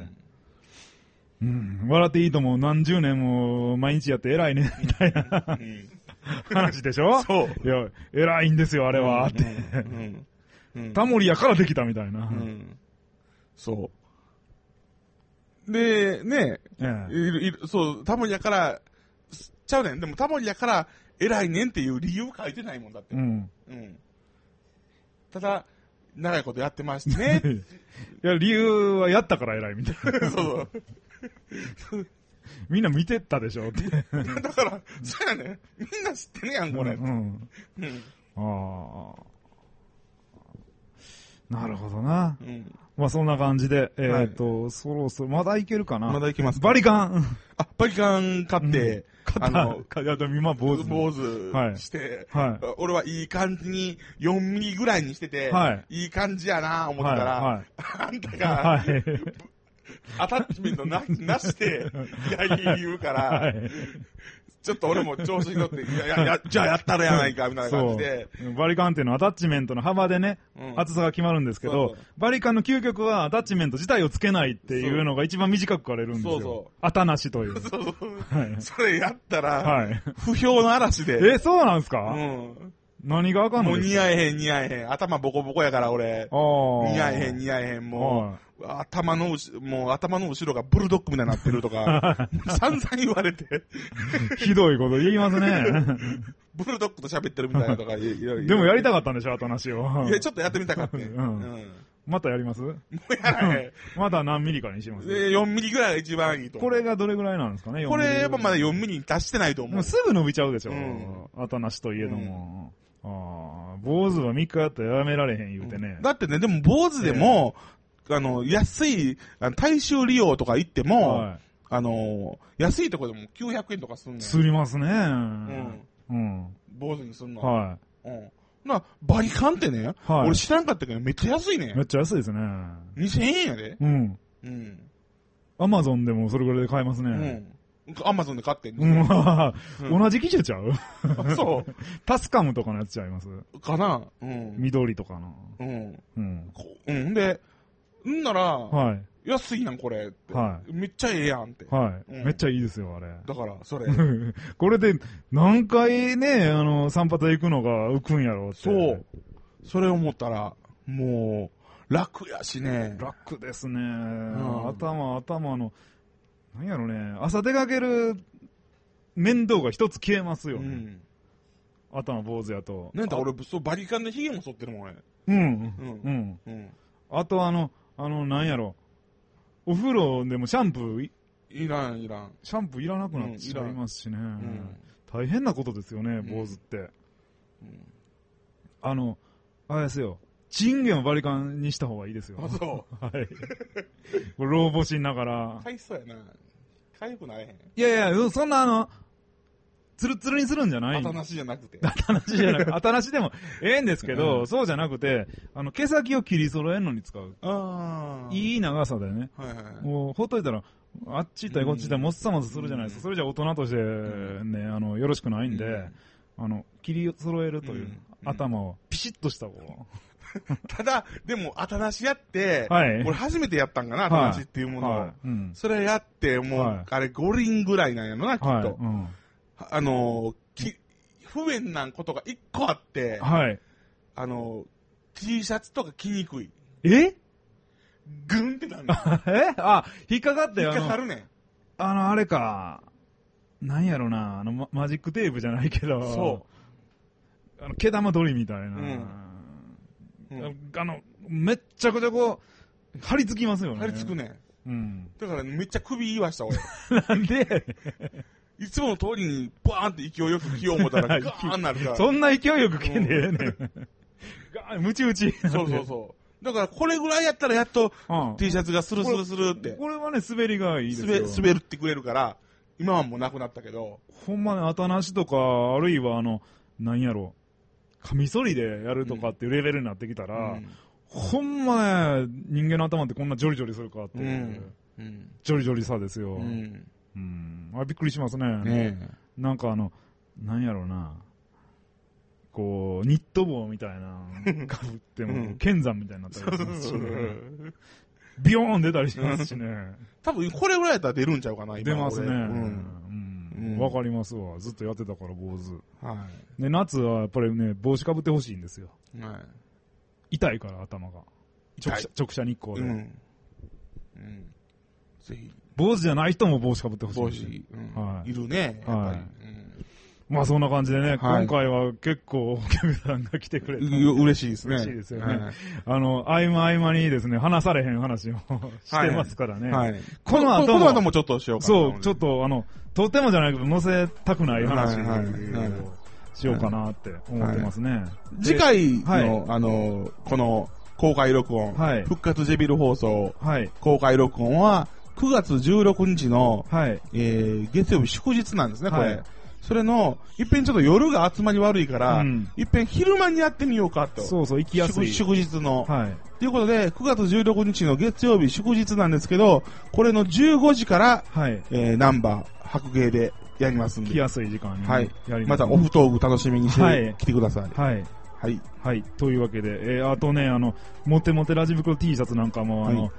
A: うん。笑っていいとも何十年も毎日やって偉いね、みたいな
B: うん。
A: <laughs> 話でしょ
B: <laughs> そう。
A: いや、偉いんですよ、あれは、って。
B: うん。うん。
A: タモリやからできたみたいな。
B: うん。そう。で、ねい
A: ええ
B: るいるそう、タモリやから、すちゃうねん。でもタモリやから、偉いねんっていう理由書いてないもんだって
A: う。ん。
B: うん。ただ、長いことやってましてね。
A: <laughs> いや、理由はやったから偉いみたいな。
B: そう。
A: みんな見てったで <laughs> しょって。
B: だから、そうやねん。みんな知ってるやん、これ。
A: う
B: うん
A: ん。
B: うん。
A: ああ。なるほどな。まあそんな感じで、えっ、と、そろそろ、まだいけるかな。
B: まだいきますか
A: バリカン
B: あ、バリカン買って、あ
A: 肩、
B: の、
A: 肩、今坊
B: 坊
A: 主。
B: 主
A: はい
B: して、
A: はい
B: 俺はいい感じに4ミリぐらいにしてて、、
A: はい
B: い感じやな思っ
A: は
B: て
A: い、
B: たら、
A: は
B: あんた
A: い。
B: が
A: <laughs> はい。
B: アタッチメントななし
A: <laughs>
B: で、いや、言うから、
A: はい。
B: ちょっと俺も調子に乗って、いや、いやいや、じゃあやったらやないか、みたいな感じで、
A: そうバリカンっていうのはアタッチメントの幅でね、
B: うん
A: 厚さが決まるんですけ
B: そ
A: ど
B: うそう、
A: バリカンの究極はアタッチメント自体をつけないっていうのが一番短く割れるんです
B: そうそ
A: よ。アタなしという。
B: <laughs> そうそう
A: はい
B: それやったら、
A: はい。
B: 不評の嵐で、
A: え、そうなんです
B: う
A: か
B: ん、
A: 何があかん
B: も
A: の
B: う
A: です
B: 似合えへん似合えへん、頭ボコボコやから俺、
A: ああ。
B: 似合えへん似合えへん、もう。
A: はい
B: 頭の後ろ、もう頭の後ろがブルドッグみたいになってるとか、散々言われて、
A: ひどいこと言
B: <laughs>
A: いますね。
B: ブルドッグと喋ってるみたいなとか、いやい
A: でもやり
B: た
A: たかったんでしょ、アタなしを。
B: いや、ちょっとやってみたかったね。
A: う
B: うんん。も
A: またやります
B: うやらへん。
A: まだ何ミリかにします
B: で4ミリぐらいが一番いいと思
A: こ
B: う。
A: れがどれぐらいなんですかね、4
B: これは
A: ミリ
B: まだ4ミリに達してないと
A: で
B: 思う
A: も。すぐ伸びちゃうでしょ、
B: う
A: あたなしといえども。ああ、坊主は3日やったらやめられへん言うてね。
B: だってね、でも坊主でも、あの、安い、あの大衆利用とか行っても、
A: は
B: あの、安いとこでも900円とかすん
A: い。
B: の
A: す
B: よ。
A: りますね。
B: うん。
A: うん。
B: 坊主にすんの。
A: は
B: うん。な、バリカンってね、
A: はい
B: 俺知らんかったけど、めっちゃ安いね
A: い。め。っちゃ安いですね。
B: 2000円やで。
A: うん。
B: うん。
A: アマゾンでもそれぐらいで買えます
B: う
A: ね。
B: ん。アマゾンで買ってん
A: う
B: の、
A: ん、 <laughs> まあ、
B: うん
A: 同じ機種ちゃう
B: あそ
A: タスカムとかのやつちゃいます
B: う。かなうん。
A: 緑とかの。
B: うん。
A: うん。
B: こうん。で、んなら、
A: はい。
B: 安いやん、これって。
A: は
B: めっちゃええやんって。
A: はい。
B: うん
A: めっちゃいいですよ、あれ。
B: だから、そ
A: <laughs>
B: れ。
A: これで、何回ね、あの、散髪行くのが浮くんやろうって。
B: そう。。それ思ったら、もう、楽やしね。
A: 楽ですね。
B: ん
A: 頭、頭の、なんやろね、朝出かける面倒が一つ消えますよ
B: う
A: ね。
B: ん。
A: 頭坊主やと。
B: なんだ
A: あ
B: 俺、そう、バリカンでヒゲも剃ってるもん、俺。
A: うん。
B: うん
A: うん。
B: うん。
A: あとあの、あの、なんやろ。お風呂でもシャンプーい、
B: いらん、いらん。
A: シャンプーいらなくなっちゃ
B: うんい
A: い
B: らん
A: ますしね。
B: うん。
A: 大変なことですよね、
B: ん
A: 坊主って。
B: うん
A: あの、あれですよ。チンゲンをバリカンにした方がいいですよ。
B: あ、そう。
A: はい。これ老母しなが <laughs> ら。
B: かいそうやな。かゆくなれへん。
A: いやいや、そんなあの、ツルツルにするんじゃない
B: あたなしじゃなくて。
A: 話じゃなく、新しでもええんですけど、
B: う
A: そうじゃなくて、あの、毛先を切り揃えるのに使う。
B: あい。
A: いい長さでね。
B: はいはいはい。
A: もう、ほっといたら、あっち行ったりこっち行ったりもっさもっさするじゃないですか。
B: うん
A: それじゃ大人として、ね、あの、よろしくないんで、
B: うん
A: あの、切り揃えるという、
B: うん
A: 頭を、ピシッとしたこ
B: ただ、でも、あたなしやって、
A: はい
B: 俺初めてやったんかな、あたなしっていう
A: う。
B: ものを。
A: い。うん。
B: それやって、もう、
A: はい
B: あれ五輪ぐらいなんやろな、きっと。
A: はい。うん。
B: あのーき、不便なことが一個あって、
A: はい。
B: あのー、T シャツとか着にくい。
A: え <laughs>
B: ぐんってなるの。
A: えあ、引っかかって
B: 一
A: あ
B: 回貼
A: の、
B: るねん。
A: あの、あれか。なんやろな、あの、ママジックテープじゃないけど。。
B: そう
A: あの、毛玉取りみたいな。
B: んう
A: あの
B: ん。
A: あの、めっちゃくちゃこう、張り付きますよね。
B: 貼り付くねん。
A: うん。
B: だから、めっちゃ首言わした、
A: <laughs>
B: 俺。
A: なんで、
B: いつもの通りに、バーンって勢いよく着よう思ったら、ガーンなるから。
A: そんな勢いよくけんでええねん。 <laughs> ガーン、ムチムチ。
B: そうそうそう。だから、これぐらいやったらやっと
A: うん
B: T シャツがスルスルスルって、
A: これはね、滑りがいいです
B: 滑
A: よ。
B: 滑るってくれるから、今はもうなくなったけど、
A: ほんまね、あたなしとか、あるいはあの、なんやろ、カミソリでやるとかっていうレベルになってきたら、
B: うん
A: ほんまね、人間の頭ってこんなジョリジョリするかっていう、
B: うん。うん。
A: ジョリジョリさですよ。
B: う
A: うん。
B: ん。
A: あれびっくりしますね。
B: ねえ。
A: なんかあの、なんやろな、こう、ニット帽みたい
B: <laughs>
A: な、かぶっても、
B: うん
A: 剣山みたいになった
B: そう
A: り
B: そ
A: し
B: う
A: ます
B: そ
A: し、ね、
B: う。
A: ビヨーン出たりしますしね。
B: <laughs> 多分、これぐらいやったら出るんちゃうかな、今
A: 出ますね。
B: 俺
A: う
B: うん。
A: ん。
B: うん
A: わ、かりますわ。ずっとやってたから、坊主。
B: は
A: で、夏はやっぱりね、帽子かぶってほしいんですよ。
B: い。はい。
A: 痛いから、頭が。
B: 痛い
A: 直射直射日光
B: う
A: で、
B: ん。うん。ぜひ、
A: 坊主じゃない人も帽子かぶってほしい。
B: 帽子、うん
A: はい
B: いるね、やっ
A: は
B: ぱ
A: い
B: りうん。
A: まあそんな感じでね、
B: はい
A: 今回は結構お客さんが来てくれて、
B: う嬉しいですね。
A: 嬉しいですよねあの、合間合間にですね、話されへん話をしてますからね。
B: はい。はい。
A: この後
B: この後
A: も、
B: もちょっとしようかな。
A: そう、ちょっとあの、とてもじゃないけど、載せたくない話を
B: はいはいはい
A: しようかなって思ってますね。
B: 次回
A: は
B: の、あの、この公開録音、
A: はい
B: 復活ジェビル放送
A: はい、
B: 公開録音は9月16日の、
A: はい、
B: えー、月曜日祝日なんですね、これ。
A: はい
B: それの、いっぺんちょっと夜が集まり悪いから、
A: うん
B: いっぺん昼間にやってみようかと。
A: そうそう、行きやすい。
B: 祝祝日の。
A: はい。
B: ということで、9月16日の月曜日祝日なんですけど、これの15時から、
A: はい。
B: えー、ナンバー、白芸でやりますん
A: 行
B: で
A: き。やすい時間に、
B: はい
A: やり
B: ま
A: ます
B: たオフトーク楽しみにし
A: は
B: て
A: い
B: 来てください。
A: はい。
B: はい。
A: はい。というわけで、えーあとね、あの、モテモテラジ袋 T シャツなんかも、あの、
B: はい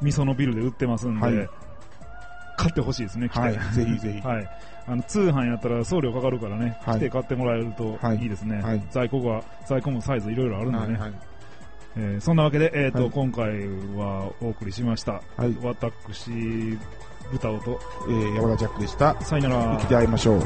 A: 味噌のビルで売ってますんで、
B: はい
A: 買ってほしいですね、来て。
B: は。
A: <laughs> はいい。
B: ぜひぜひ。
A: あの、通販やったら送料かかるからね、
B: はい
A: 来て買ってもらえると
B: はい
A: いいですね。
B: はい
A: 在庫が、在庫もサイズいろいろあるんでね。
B: はい。
A: えーそんなわけで、えっ、と、
B: はい
A: 今回はお送りしました。
B: はい。
A: 私、豚音、
B: えー、山田ジャックでした。
A: さよなら。
B: 生きて会いましょう。